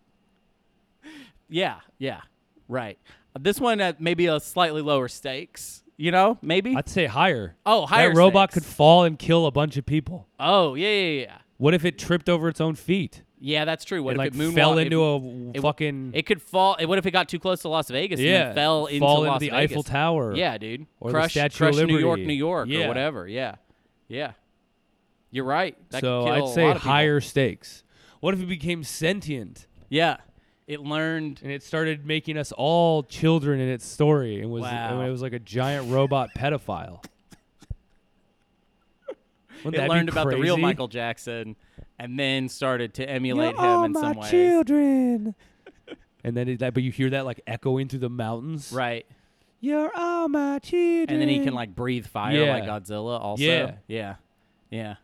A: Yeah. Yeah. Right. This one at maybe a slightly lower stakes. You know, maybe.
B: I'd say higher.
A: oh, higher.
B: that robot
A: stakes.
B: could fall and kill a bunch of people.
A: Oh yeah yeah yeah.
B: What if it tripped over its own feet?
A: Yeah, that's true. What
B: It
A: if
B: like
A: it moonwalked?
B: fell
A: it-
B: into a w-
A: it-
B: fucking
A: It could fall. it- What if it got too close to Las Vegas? and
B: yeah
A: then fell into
B: fall
A: Las
B: into the
A: Vegas?
B: Eiffel Tower.
A: Yeah, dude.
B: Or the
A: crush,
B: Statue of
A: crush New York,
B: Liberty.
A: New York,
B: Yeah.
A: or whatever. Yeah, yeah. You're right. That could
B: so
A: kill
B: I'd
A: a
B: say
A: lot of people.
B: higher stakes. What if it became sentient
A: Yeah, it learned.
B: and it started making us all children in its story and was
A: Wow.
B: and it was like a giant robot
A: *laughs*
B: pedophile? Wouldn't
A: It
B: that be
A: learned about the real
B: crazy?
A: Michael Jackson, and then started to emulate
B: You're
A: him
B: all
A: in
B: my
A: some ways.
B: children. *laughs* and then it, that, but you hear that like echoing through the mountains.
A: Right,
B: You're all my children.
A: and then he can like breathe fire like
B: Yeah.
A: Godzilla. Also,
B: Yeah.
A: yeah, yeah.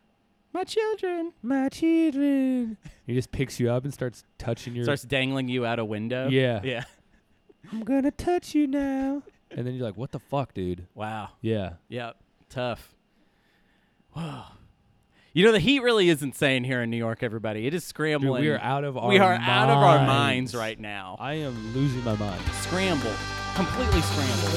A: My children
B: my children. *laughs* He just picks you up and starts touching your.
A: starts dangling you out a window.
B: Yeah.
A: yeah.
B: I'm gonna touch you now. *laughs* And then you're like, what the fuck, dude?
A: Wow.
B: Yeah.
A: Yep. Tough. *sighs* Wow. You know the heat really is insane here in New York, everybody. It is
B: Dude,
A: scrambling.
B: we are out of our.
A: We are out of our
B: minds.
A: minds right now.
B: I am losing my mind.
A: Scrambled. Completely scrambled.